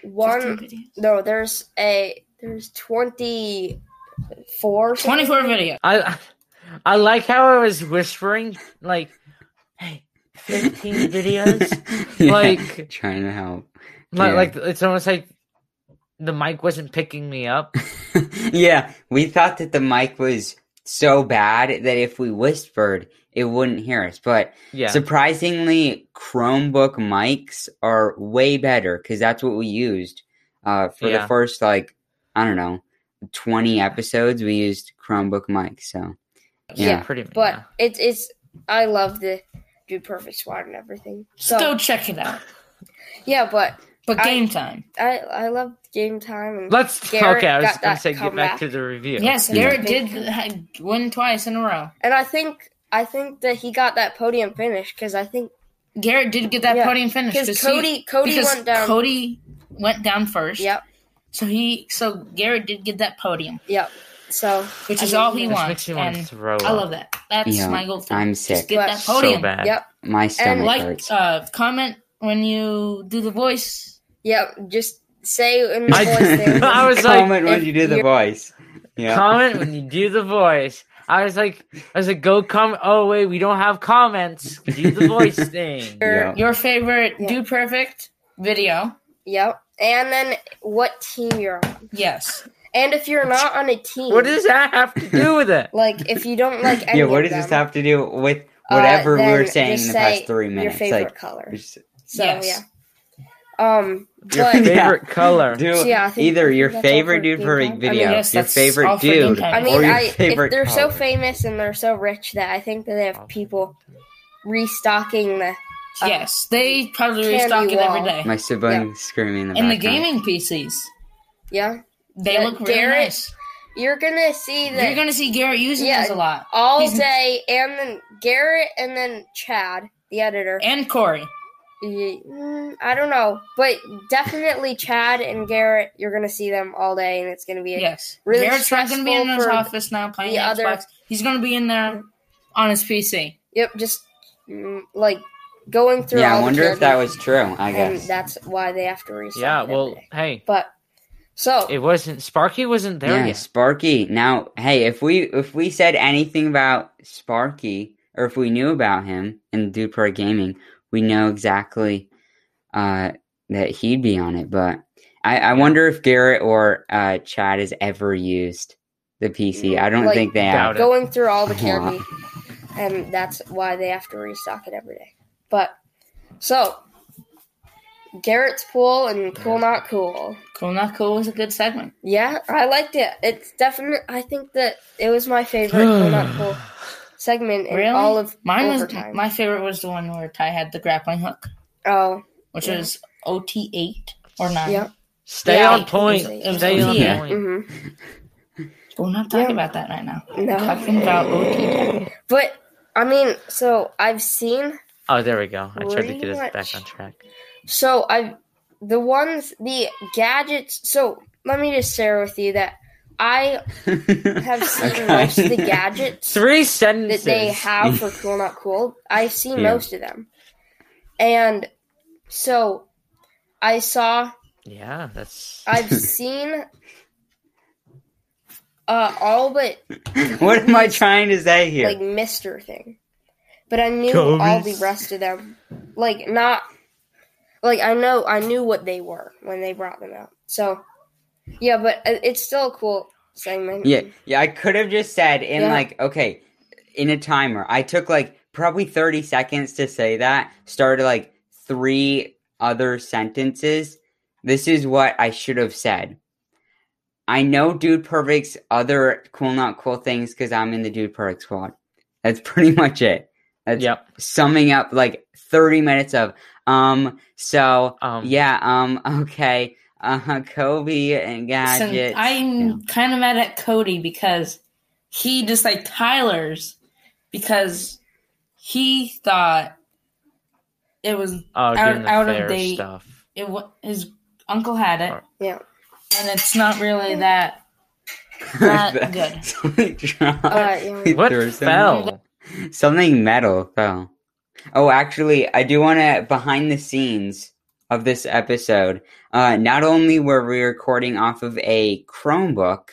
[SPEAKER 4] 15
[SPEAKER 3] one
[SPEAKER 4] videos.
[SPEAKER 3] no there's a there's 24 something.
[SPEAKER 4] 24 videos.
[SPEAKER 1] I I like how I was whispering like, "Hey, 15 videos."
[SPEAKER 2] Yeah,
[SPEAKER 1] Like-
[SPEAKER 2] trying to help.
[SPEAKER 1] like,
[SPEAKER 2] Yeah.
[SPEAKER 1] like it's almost like the mic wasn't picking me up.
[SPEAKER 2] yeah, we thought that the mic was so bad that if we whispered, it wouldn't hear us. But
[SPEAKER 1] Yeah.
[SPEAKER 2] surprisingly, Chromebook mics are way better because that's what we used uh, for the
[SPEAKER 1] Yeah.
[SPEAKER 2] first like I don't know twenty episodes. We used Chromebook mics, so
[SPEAKER 1] yeah,
[SPEAKER 2] yeah.
[SPEAKER 1] pretty
[SPEAKER 3] but
[SPEAKER 1] yeah.
[SPEAKER 3] it's it's I love the Dude Perfect Squad and everything. So
[SPEAKER 4] Just go check it out.
[SPEAKER 3] yeah, but
[SPEAKER 4] But
[SPEAKER 3] I-
[SPEAKER 4] game time.
[SPEAKER 3] I I love game time and
[SPEAKER 1] Let's
[SPEAKER 3] Garrett
[SPEAKER 1] okay. I was
[SPEAKER 3] got
[SPEAKER 1] gonna
[SPEAKER 3] that
[SPEAKER 1] say get
[SPEAKER 3] comeback.
[SPEAKER 1] back to the review.
[SPEAKER 4] Yes,
[SPEAKER 2] Yeah.
[SPEAKER 4] Garrett did ha- win twice in a row.
[SPEAKER 3] and I think I think that he got that podium finish because I think
[SPEAKER 4] Garrett did get that
[SPEAKER 3] Yeah,
[SPEAKER 4] podium finish.
[SPEAKER 3] because
[SPEAKER 4] 'cause he-
[SPEAKER 3] Cody Cody
[SPEAKER 4] because
[SPEAKER 3] went down.
[SPEAKER 4] Cody went down first.
[SPEAKER 3] Yep,
[SPEAKER 4] So he so Garrett did get that podium,
[SPEAKER 3] yep. So
[SPEAKER 4] which
[SPEAKER 3] I
[SPEAKER 4] is
[SPEAKER 3] mean,
[SPEAKER 4] all he
[SPEAKER 1] This
[SPEAKER 4] wants.
[SPEAKER 1] makes me want to
[SPEAKER 4] And
[SPEAKER 1] throw.
[SPEAKER 4] I
[SPEAKER 1] up
[SPEAKER 4] love that. That's
[SPEAKER 2] Yeah,
[SPEAKER 4] my goal. too.
[SPEAKER 2] I'm
[SPEAKER 4] Just
[SPEAKER 2] sick.
[SPEAKER 4] get that
[SPEAKER 3] So
[SPEAKER 4] podium.
[SPEAKER 1] so bad.
[SPEAKER 3] Yep.
[SPEAKER 2] my stomach
[SPEAKER 4] Like
[SPEAKER 2] hurts.
[SPEAKER 4] uh comment when you do the voice.
[SPEAKER 3] Yep, just say in the
[SPEAKER 1] I-
[SPEAKER 3] voice thing.
[SPEAKER 1] I was like,
[SPEAKER 2] comment when
[SPEAKER 3] if
[SPEAKER 2] you do the
[SPEAKER 3] you're-
[SPEAKER 2] voice. Yeah.
[SPEAKER 1] Comment when you do the voice. I was like, I was like, go comment. Oh wait, we don't have comments. Do the voice thing.
[SPEAKER 2] Yeah.
[SPEAKER 4] Your favorite
[SPEAKER 3] Yeah.
[SPEAKER 4] do perfect video.
[SPEAKER 3] Yep. And then what team you're on.
[SPEAKER 4] Yes.
[SPEAKER 3] And if you're not on a team,
[SPEAKER 1] What does that have to do with it?
[SPEAKER 3] like if you don't like any
[SPEAKER 2] yeah, what
[SPEAKER 3] of
[SPEAKER 2] does this
[SPEAKER 3] them,
[SPEAKER 2] have to do with
[SPEAKER 3] uh,
[SPEAKER 2] whatever we were
[SPEAKER 3] then
[SPEAKER 2] saying in
[SPEAKER 3] just
[SPEAKER 2] the
[SPEAKER 3] say
[SPEAKER 2] past three
[SPEAKER 3] Your
[SPEAKER 2] minutes?
[SPEAKER 3] favorite
[SPEAKER 2] Like,
[SPEAKER 3] color.
[SPEAKER 2] just
[SPEAKER 3] So
[SPEAKER 4] Yes.
[SPEAKER 3] yeah. Um
[SPEAKER 2] Your
[SPEAKER 3] but
[SPEAKER 2] favorite-
[SPEAKER 1] Favorite color.
[SPEAKER 2] do
[SPEAKER 3] So, yeah, I think-
[SPEAKER 2] either
[SPEAKER 3] I think
[SPEAKER 2] your
[SPEAKER 3] that's all
[SPEAKER 2] favorite
[SPEAKER 3] for
[SPEAKER 2] dude
[SPEAKER 3] game
[SPEAKER 2] perfect
[SPEAKER 3] time. I
[SPEAKER 2] video,
[SPEAKER 3] mean,
[SPEAKER 4] yes,
[SPEAKER 2] your
[SPEAKER 4] that's all
[SPEAKER 2] favorite
[SPEAKER 4] for game
[SPEAKER 2] dude,
[SPEAKER 4] time.
[SPEAKER 3] I
[SPEAKER 2] or
[SPEAKER 3] mean
[SPEAKER 2] your
[SPEAKER 3] I if
[SPEAKER 2] favorite
[SPEAKER 3] they're so
[SPEAKER 2] color.
[SPEAKER 3] famous and they're so rich that I think that they have people restocking the Uh,
[SPEAKER 4] yes. They probably
[SPEAKER 3] Candy
[SPEAKER 4] restock it every
[SPEAKER 3] wall.
[SPEAKER 4] day.
[SPEAKER 2] My sibling screaming in the
[SPEAKER 4] and the
[SPEAKER 2] background.
[SPEAKER 4] gaming PCs.
[SPEAKER 3] yeah.
[SPEAKER 4] They
[SPEAKER 3] Yeah,
[SPEAKER 4] look really
[SPEAKER 3] Garrett-
[SPEAKER 4] nice.
[SPEAKER 3] You're gonna see that
[SPEAKER 4] You're gonna see Garrett using
[SPEAKER 3] Yeah.
[SPEAKER 4] those a lot.
[SPEAKER 3] all
[SPEAKER 4] He's-
[SPEAKER 3] day and then Garrett and then Chad, the editor.
[SPEAKER 4] And Corey.
[SPEAKER 3] Ye- mm, I don't know, but definitely Chad and Garrett. You're gonna see them all day, and it's gonna be
[SPEAKER 4] Yes.
[SPEAKER 3] Really
[SPEAKER 4] Garrett's not going to be in
[SPEAKER 3] stressful
[SPEAKER 4] his
[SPEAKER 3] for
[SPEAKER 4] office now playing
[SPEAKER 3] the
[SPEAKER 4] Xbox.
[SPEAKER 3] other-
[SPEAKER 4] He's going to be in there on his PC.
[SPEAKER 3] yep, just mm, like going through.
[SPEAKER 2] Yeah,
[SPEAKER 3] all
[SPEAKER 2] I
[SPEAKER 3] the
[SPEAKER 2] wonder if that
[SPEAKER 3] characters,
[SPEAKER 2] was true. I
[SPEAKER 3] and
[SPEAKER 2] guess.
[SPEAKER 3] that's why they have to reset.
[SPEAKER 1] Yeah.
[SPEAKER 3] it every
[SPEAKER 1] Well,
[SPEAKER 3] day.
[SPEAKER 1] hey,
[SPEAKER 3] but so
[SPEAKER 1] it wasn't Sparky. Wasn't there
[SPEAKER 2] yeah,
[SPEAKER 1] yet?
[SPEAKER 2] Sparky. Now, hey, if we if we said anything about Sparky or if we knew about him in Dude Pro Gaming, we know exactly uh, that he'd be on it. But I, I wonder if Garrett or uh, Chad has ever used the PC. I don't
[SPEAKER 3] Mm, Like,
[SPEAKER 2] think they
[SPEAKER 1] Doubt
[SPEAKER 2] have.
[SPEAKER 1] it.
[SPEAKER 3] going through all the
[SPEAKER 2] Yeah.
[SPEAKER 3] candy, and that's why they have to restock it every day. But so Garrett's pool and cool not cool.
[SPEAKER 4] Cool Not Cool was a good segment.
[SPEAKER 3] Yeah, I liked it. It's definitely. I think that it was my favorite cool not cool segment in
[SPEAKER 4] Really?
[SPEAKER 3] all of
[SPEAKER 4] Mine was
[SPEAKER 3] overtime.
[SPEAKER 4] my favorite was the one where Ty had the grappling hook,
[SPEAKER 3] oh,
[SPEAKER 4] which
[SPEAKER 3] Yeah.
[SPEAKER 4] was OT eight or nine.
[SPEAKER 3] yeah.
[SPEAKER 1] Stay
[SPEAKER 4] Yeah,
[SPEAKER 1] on
[SPEAKER 4] it
[SPEAKER 1] point.
[SPEAKER 3] was- it was
[SPEAKER 1] Stay on
[SPEAKER 4] easy.
[SPEAKER 1] point.
[SPEAKER 3] hmm
[SPEAKER 4] We're not talking
[SPEAKER 3] Yeah.
[SPEAKER 4] about that right now.
[SPEAKER 3] No.
[SPEAKER 4] We're talking about OT.
[SPEAKER 3] But I mean, so I've seen.
[SPEAKER 1] Oh, there we go. I tried to
[SPEAKER 3] Pretty
[SPEAKER 1] get us back
[SPEAKER 3] much.
[SPEAKER 1] on track.
[SPEAKER 3] So I've the ones the gadgets. So let me just share with you that I have seen
[SPEAKER 2] Okay.
[SPEAKER 3] most of the gadgets
[SPEAKER 1] Three
[SPEAKER 3] that
[SPEAKER 1] sentences.
[SPEAKER 3] they have for Cool Not Cool. I've seen
[SPEAKER 2] Yeah.
[SPEAKER 3] most of them, and so I saw
[SPEAKER 1] Yeah, that's.
[SPEAKER 3] I've seen uh all but
[SPEAKER 2] what am I trying to say here?
[SPEAKER 3] like Mister thing, but I knew all the
[SPEAKER 1] Gomez.
[SPEAKER 3] rest of them. Like not like I know I knew what they were when they brought them out. So yeah, but it- it's still a cool segment.
[SPEAKER 2] yeah, yeah. I could have just said in
[SPEAKER 3] Yeah.
[SPEAKER 2] like okay, in a timer. I took like probably thirty seconds to say that. Started like three other sentences. This is what I should have said. I know Dude Perfect's other cool not cool things because I'm in the Dude Perfect squad. That's pretty much it. That's
[SPEAKER 1] Yep.
[SPEAKER 2] summing up like 30 minutes of um so
[SPEAKER 1] Um.
[SPEAKER 2] yeah um okay uh kobe and
[SPEAKER 4] So
[SPEAKER 2] gadgets
[SPEAKER 4] I'm
[SPEAKER 2] Yeah.
[SPEAKER 4] kind of mad at Cody because he disliked Tyler's because he thought it was
[SPEAKER 1] Oh,
[SPEAKER 4] Out-
[SPEAKER 1] doing the
[SPEAKER 4] out of
[SPEAKER 1] fair
[SPEAKER 4] date.
[SPEAKER 1] stuff.
[SPEAKER 4] it wa- his uncle had it,
[SPEAKER 3] yeah.
[SPEAKER 4] and it's not really that. not good.
[SPEAKER 2] Something dropped.
[SPEAKER 3] Uh, yeah.
[SPEAKER 2] We
[SPEAKER 1] What
[SPEAKER 2] threw something-
[SPEAKER 1] fell?
[SPEAKER 2] something metal fell oh actually i do want to behind the scenes of this episode uh not only were we recording off of a chromebook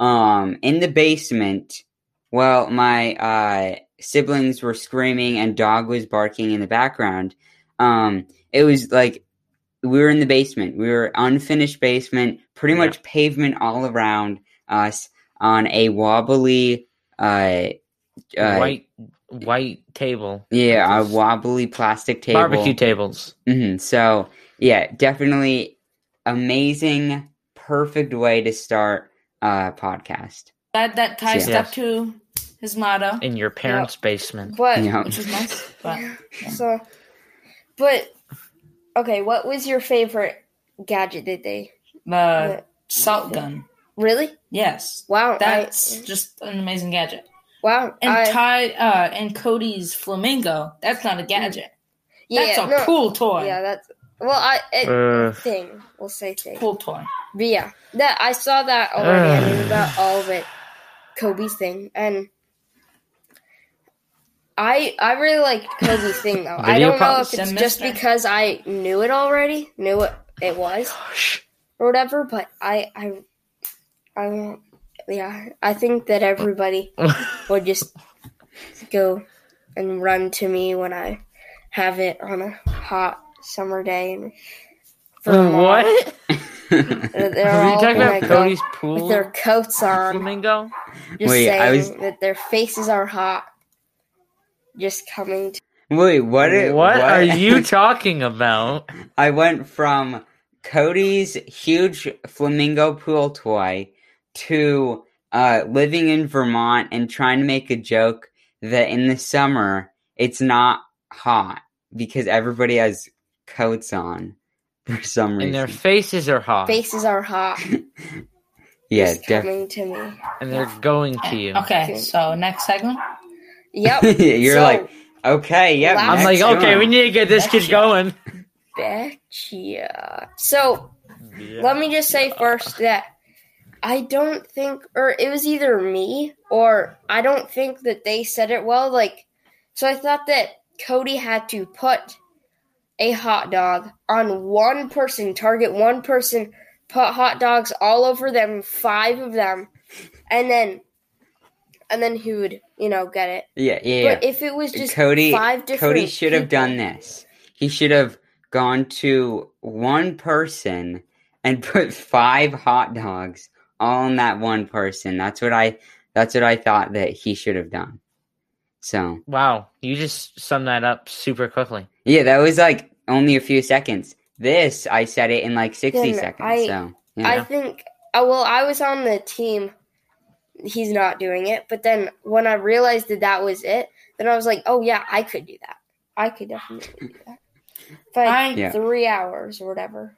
[SPEAKER 2] um in the basement well my uh siblings were screaming and dog was barking in the background um it was like we were in the basement we were unfinished basement pretty
[SPEAKER 1] Yeah.
[SPEAKER 2] much pavement all around us on a wobbly uh, uh
[SPEAKER 1] white, white table.
[SPEAKER 2] yeah a
[SPEAKER 1] Just
[SPEAKER 2] wobbly plastic table
[SPEAKER 1] Barbecue tables.
[SPEAKER 2] hmm So, yeah, definitely amazing, perfect way to start a podcast.
[SPEAKER 4] Glad that Ty
[SPEAKER 2] Yeah.
[SPEAKER 4] stuck
[SPEAKER 1] Yes.
[SPEAKER 4] to his motto,
[SPEAKER 1] in your parents' basement.
[SPEAKER 3] But
[SPEAKER 2] Yeah.
[SPEAKER 4] which was nice. But
[SPEAKER 3] so but okay, what was your favorite gadget that they
[SPEAKER 4] the salt gun,
[SPEAKER 3] really?
[SPEAKER 4] yes,
[SPEAKER 3] Wow.
[SPEAKER 4] that's
[SPEAKER 3] I,
[SPEAKER 4] just an amazing gadget.
[SPEAKER 3] wow.
[SPEAKER 4] And
[SPEAKER 3] I-
[SPEAKER 4] Ty uh, and Cody's flamingo, that's not a gadget.
[SPEAKER 3] yeah,
[SPEAKER 4] that's a
[SPEAKER 3] no,
[SPEAKER 4] cool toy.
[SPEAKER 3] Yeah, that's well I it,
[SPEAKER 1] Ugh.
[SPEAKER 3] thing. We'll say thing.
[SPEAKER 4] cool toy.
[SPEAKER 3] But yeah, that I saw that already. I knew about all of it, Kobe's thing, and I I really liked Kobe's thing though. I
[SPEAKER 1] Video
[SPEAKER 3] don't know if
[SPEAKER 1] pops.
[SPEAKER 3] it's
[SPEAKER 4] The
[SPEAKER 3] just
[SPEAKER 4] mister.
[SPEAKER 3] because I knew it already, knew what it was
[SPEAKER 1] Gosh.
[SPEAKER 3] or whatever. But I I I won't. Yeah, I think that everybody would just go and run to me when I have it on a hot summer day. And
[SPEAKER 1] Uh, what? Are
[SPEAKER 3] They're
[SPEAKER 1] you
[SPEAKER 3] all
[SPEAKER 1] talking about
[SPEAKER 3] gonna go-
[SPEAKER 1] Cody's pool?
[SPEAKER 3] Oh with their coats on,
[SPEAKER 1] Flamingo?
[SPEAKER 3] just
[SPEAKER 2] Wait, I
[SPEAKER 3] saying
[SPEAKER 2] was-
[SPEAKER 3] that their faces are hot. Just coming to
[SPEAKER 2] Wait, what?
[SPEAKER 1] What,
[SPEAKER 2] i-
[SPEAKER 1] are you talking about?
[SPEAKER 2] I went from Cody's huge flamingo pool toy to uh, living in Vermont and trying to make a joke that in the summer it's not hot because everybody has coats on for some reason.
[SPEAKER 1] And their faces are hot.
[SPEAKER 3] faces are hot.
[SPEAKER 2] yeah,
[SPEAKER 3] just coming to me.
[SPEAKER 1] And they're going to you.
[SPEAKER 4] Okay,
[SPEAKER 3] Okay.
[SPEAKER 4] so next segment.
[SPEAKER 3] Yep.
[SPEAKER 2] definitely. You're
[SPEAKER 3] So,
[SPEAKER 2] like, okay, yeah.
[SPEAKER 1] I'm like,
[SPEAKER 2] next
[SPEAKER 1] okay,
[SPEAKER 2] one.
[SPEAKER 1] we need to get this kid going.
[SPEAKER 3] betcha. So let me just say first that I don't think, or it was either me or I don't think that they said it well. Like, so I thought that Cody had to put a hot dog on one person, target one person, put hot dogs all over them, five of them, and then, and then he would, you know, get it.
[SPEAKER 2] Yeah, yeah, yeah.
[SPEAKER 3] But if it was just
[SPEAKER 2] Cody,
[SPEAKER 3] five different,
[SPEAKER 2] Cody should have
[SPEAKER 3] people-
[SPEAKER 2] done this. He should have gone to one person and put five hot dogs all on that one person. That's what I. That's what I thought that he should have done. So
[SPEAKER 1] Wow, you just summed that up super quickly.
[SPEAKER 2] yeah, that was like only a few seconds. this, I said it in like 60
[SPEAKER 3] Yeah, no,
[SPEAKER 2] seconds.
[SPEAKER 3] I-
[SPEAKER 2] so,
[SPEAKER 3] I
[SPEAKER 2] yeah.
[SPEAKER 3] think. Uh, well, I was on the team. He's not doing it. But then when I realized that that was it, then I was like, oh yeah, I could do that. I could definitely do that. But
[SPEAKER 4] I-
[SPEAKER 2] Yeah.
[SPEAKER 3] three hours or whatever.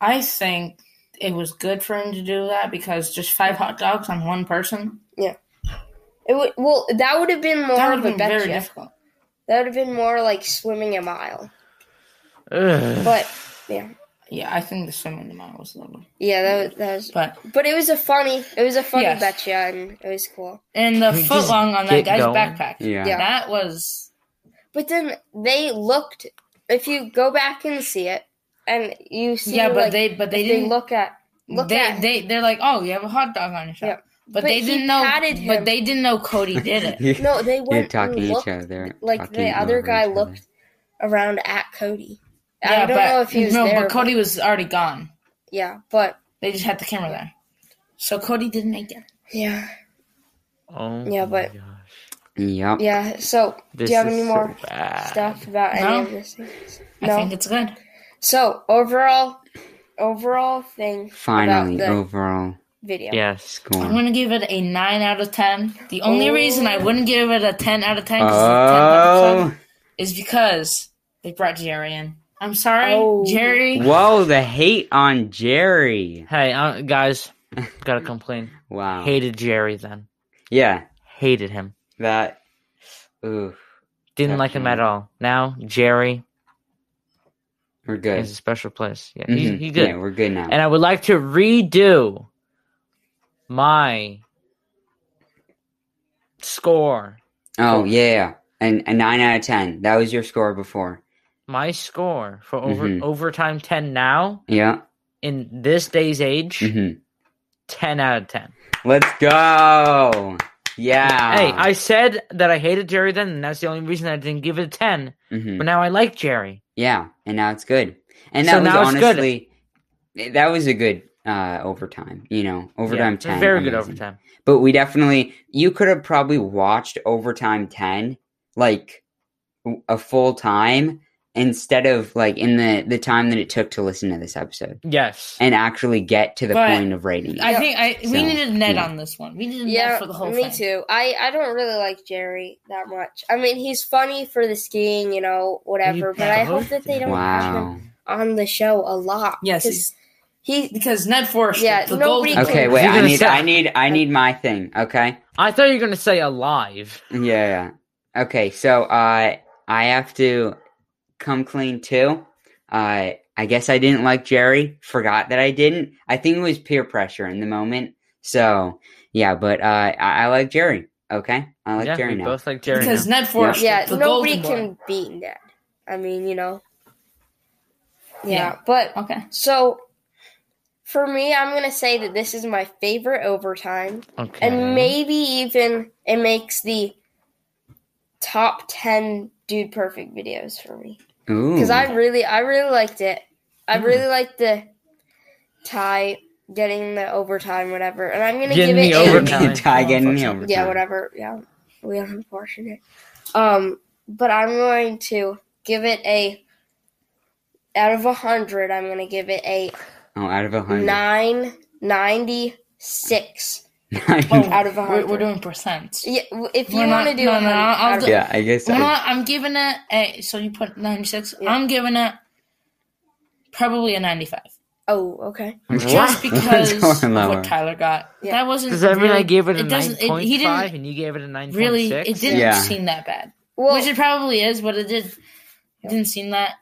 [SPEAKER 4] I think it was good for him to do that because just five hot dogs on one person
[SPEAKER 3] It would, well, that would have been more
[SPEAKER 4] that would
[SPEAKER 3] of
[SPEAKER 4] have
[SPEAKER 3] a
[SPEAKER 4] been
[SPEAKER 3] Oh, bet
[SPEAKER 4] very
[SPEAKER 3] shift.
[SPEAKER 4] difficult.
[SPEAKER 3] That would have been more like swimming a mile.
[SPEAKER 1] Ugh.
[SPEAKER 3] But yeah,
[SPEAKER 4] Yeah, I think the swimming amount was lower,
[SPEAKER 3] yeah, that was, that was.
[SPEAKER 4] but
[SPEAKER 3] But it was a funny. It was a funny
[SPEAKER 4] Yes.
[SPEAKER 3] betcha, and it was cool.
[SPEAKER 4] and the
[SPEAKER 1] Can we
[SPEAKER 4] foot
[SPEAKER 1] just
[SPEAKER 4] long on
[SPEAKER 1] get
[SPEAKER 4] that guy's
[SPEAKER 1] going?
[SPEAKER 4] backpack.
[SPEAKER 2] Yeah.
[SPEAKER 3] Yeah.
[SPEAKER 4] that was
[SPEAKER 3] But then they looked. If you go back and see it, and you see,
[SPEAKER 4] yeah, but
[SPEAKER 3] like,
[SPEAKER 4] they but they
[SPEAKER 3] if
[SPEAKER 4] didn't
[SPEAKER 3] look at look
[SPEAKER 4] they,
[SPEAKER 3] at.
[SPEAKER 4] they they're like, oh, you have a hot dog on your shop,
[SPEAKER 3] Yeah.
[SPEAKER 4] but,
[SPEAKER 3] But
[SPEAKER 4] they
[SPEAKER 3] he
[SPEAKER 4] didn't know.
[SPEAKER 3] patted him.
[SPEAKER 4] But they didn't know Cody did it.
[SPEAKER 2] You're-
[SPEAKER 3] no, they
[SPEAKER 2] You're
[SPEAKER 3] went
[SPEAKER 2] talking
[SPEAKER 3] and
[SPEAKER 2] each
[SPEAKER 3] looked,
[SPEAKER 2] other.
[SPEAKER 3] like the
[SPEAKER 2] talking
[SPEAKER 3] other
[SPEAKER 2] over
[SPEAKER 3] guy
[SPEAKER 2] each other.
[SPEAKER 3] looked around at Cody.
[SPEAKER 4] yeah,
[SPEAKER 3] I don't
[SPEAKER 4] but,
[SPEAKER 3] know if he was
[SPEAKER 4] no,
[SPEAKER 3] there.
[SPEAKER 4] but Cody was already gone.
[SPEAKER 3] yeah, but
[SPEAKER 4] They just had the camera there, so Cody didn't make it.
[SPEAKER 3] yeah,
[SPEAKER 1] oh
[SPEAKER 3] Yeah,
[SPEAKER 1] my
[SPEAKER 3] but-
[SPEAKER 1] gosh.
[SPEAKER 2] Yep.
[SPEAKER 3] yeah. So,
[SPEAKER 1] This
[SPEAKER 3] do you have
[SPEAKER 1] is
[SPEAKER 3] any
[SPEAKER 1] so
[SPEAKER 3] more
[SPEAKER 1] bad.
[SPEAKER 3] stuff about any
[SPEAKER 4] No.
[SPEAKER 3] of this? things?
[SPEAKER 4] I
[SPEAKER 3] No.
[SPEAKER 4] think it's good.
[SPEAKER 3] So overall, overall thing
[SPEAKER 2] Finally,
[SPEAKER 3] about the
[SPEAKER 2] overall
[SPEAKER 3] video.
[SPEAKER 1] Yes.
[SPEAKER 4] I'm
[SPEAKER 2] score.
[SPEAKER 4] gonna give it a nine out of ten. The only
[SPEAKER 3] Oh.
[SPEAKER 4] reason I wouldn't give it a ten out of ten 'cause it's the tenth
[SPEAKER 2] Oh,
[SPEAKER 4] episode, is because they brought Jerry in. I'm sorry,
[SPEAKER 3] Oh.
[SPEAKER 4] Jerry.
[SPEAKER 2] whoa! The hate on Jerry.
[SPEAKER 1] Hey, uh, guys, gotta complain.
[SPEAKER 2] Wow.
[SPEAKER 1] Hated Jerry then.
[SPEAKER 2] Yeah,
[SPEAKER 1] Hated him.
[SPEAKER 2] that. Ooh,
[SPEAKER 1] Didn't like him at
[SPEAKER 2] Definitely.
[SPEAKER 1] all. Now Jerry
[SPEAKER 2] we're good.
[SPEAKER 1] is a special place. Yeah,
[SPEAKER 2] Mhm.
[SPEAKER 1] he's, he's good.
[SPEAKER 2] Yeah, we're good now.
[SPEAKER 1] And I would like to redo my score.
[SPEAKER 2] oh yeah, and a nine out of ten. That was your score before.
[SPEAKER 1] My score for over
[SPEAKER 2] Mhm.
[SPEAKER 1] overtime ten now
[SPEAKER 2] Yeah.
[SPEAKER 1] in this day's age,
[SPEAKER 2] hmm
[SPEAKER 1] ten out of ten.
[SPEAKER 2] Let's go. Yeah.
[SPEAKER 1] Hey, I said that I hated Jerry then, and that's the only reason I didn't give it a ten.
[SPEAKER 2] Mhm.
[SPEAKER 1] But now I like Jerry.
[SPEAKER 2] Yeah, and now it's good. And that
[SPEAKER 1] So
[SPEAKER 2] was
[SPEAKER 1] now it's good.
[SPEAKER 2] honestly, that was a good uh overtime. You know, overtime
[SPEAKER 1] Yeah, it's a
[SPEAKER 2] ten.
[SPEAKER 1] Very good
[SPEAKER 2] amazing.
[SPEAKER 1] overtime.
[SPEAKER 2] But we definitely, you could have probably watched overtime 10 like w- a full time instead of like in the the time that it took to listen to this episode
[SPEAKER 1] Yes.
[SPEAKER 2] and actually get to the
[SPEAKER 4] But
[SPEAKER 2] point of rating.
[SPEAKER 4] I think I
[SPEAKER 2] So,
[SPEAKER 4] we needed Ned
[SPEAKER 2] yeah.
[SPEAKER 4] on this one. We needed Ned
[SPEAKER 3] Yeah,
[SPEAKER 4] for the whole
[SPEAKER 3] me
[SPEAKER 4] thing.
[SPEAKER 3] too. I, I don't really like Jerry that much. I mean, he's funny for the skiing, you know, whatever.
[SPEAKER 1] You
[SPEAKER 3] but I
[SPEAKER 1] both
[SPEAKER 3] hope that they don't have him
[SPEAKER 2] wow.
[SPEAKER 3] on the show a lot.
[SPEAKER 4] Yes,
[SPEAKER 3] 'cause
[SPEAKER 4] he's-
[SPEAKER 3] he.
[SPEAKER 4] because Ned Forrester.
[SPEAKER 3] Yeah,
[SPEAKER 4] the
[SPEAKER 3] nobody
[SPEAKER 4] golden
[SPEAKER 3] can-
[SPEAKER 2] Okay,
[SPEAKER 4] boy.
[SPEAKER 2] wait.
[SPEAKER 1] You're
[SPEAKER 2] I
[SPEAKER 1] gonna
[SPEAKER 2] need
[SPEAKER 1] say-
[SPEAKER 2] I need I need my thing, okay?
[SPEAKER 1] I thought you were gonna say alive.
[SPEAKER 2] Yeah. yeah. Okay, so uh I have to come clean too. Uh I guess I didn't like Jerry. Forgot that I didn't. I think it was peer pressure in the moment. So, yeah, but uh I, I like Jerry, okay? I like
[SPEAKER 1] yeah,
[SPEAKER 2] Jerry
[SPEAKER 1] we
[SPEAKER 2] now.
[SPEAKER 1] both like Jerry.
[SPEAKER 4] because
[SPEAKER 1] now.
[SPEAKER 4] Ned Forrester.
[SPEAKER 3] Yeah,
[SPEAKER 4] the
[SPEAKER 3] nobody
[SPEAKER 4] golden boy.
[SPEAKER 3] can beat Ned. I mean, you know. Yeah,
[SPEAKER 4] Yeah.
[SPEAKER 3] but
[SPEAKER 4] Okay.
[SPEAKER 3] so for me, I'm gonna say that this is my favorite overtime.
[SPEAKER 1] Okay.
[SPEAKER 4] Mm-hmm.
[SPEAKER 3] and maybe even it makes the top 10 dude perfect videos for me
[SPEAKER 2] Ooh.
[SPEAKER 3] because
[SPEAKER 4] Hmm.
[SPEAKER 3] i really i really liked it i really liked the tie getting the overtime whatever and i'm gonna
[SPEAKER 1] Getting
[SPEAKER 3] give
[SPEAKER 1] the
[SPEAKER 3] it a-
[SPEAKER 1] overtime.
[SPEAKER 2] Tie getting the overtime.
[SPEAKER 3] yeah whatever yeah we are unfortunate um but i'm going to give it a out of 100 i'm gonna give it a
[SPEAKER 2] Oh, out of a hundred.
[SPEAKER 3] 996
[SPEAKER 4] Oh,
[SPEAKER 3] Out of a
[SPEAKER 4] we're,
[SPEAKER 3] hundred.
[SPEAKER 4] we're doing percents.
[SPEAKER 3] yeah, w- if you
[SPEAKER 4] We're not-
[SPEAKER 3] want to do
[SPEAKER 4] no,
[SPEAKER 3] a
[SPEAKER 4] no,
[SPEAKER 3] hundred-
[SPEAKER 4] I'll
[SPEAKER 3] out of-
[SPEAKER 4] do-
[SPEAKER 2] yeah, I guess.
[SPEAKER 4] You know
[SPEAKER 2] I,
[SPEAKER 4] what? I'm giving it a. So you put 96.
[SPEAKER 3] Yeah.
[SPEAKER 4] I'm giving it probably a 95.
[SPEAKER 3] Oh, okay.
[SPEAKER 4] Just because
[SPEAKER 2] It's going lower.
[SPEAKER 4] what Tyler got.
[SPEAKER 3] Yeah.
[SPEAKER 4] That wasn't.
[SPEAKER 1] Does that mean I
[SPEAKER 4] really-
[SPEAKER 1] gave it a nine
[SPEAKER 4] doesn't-
[SPEAKER 1] point
[SPEAKER 4] he
[SPEAKER 1] five
[SPEAKER 4] didn't
[SPEAKER 1] and you gave it a nine point
[SPEAKER 4] really.
[SPEAKER 1] six?
[SPEAKER 4] It didn't
[SPEAKER 2] Yeah.
[SPEAKER 4] seem that bad.
[SPEAKER 3] Well,
[SPEAKER 4] Which it probably is, but it did. It didn't seem that.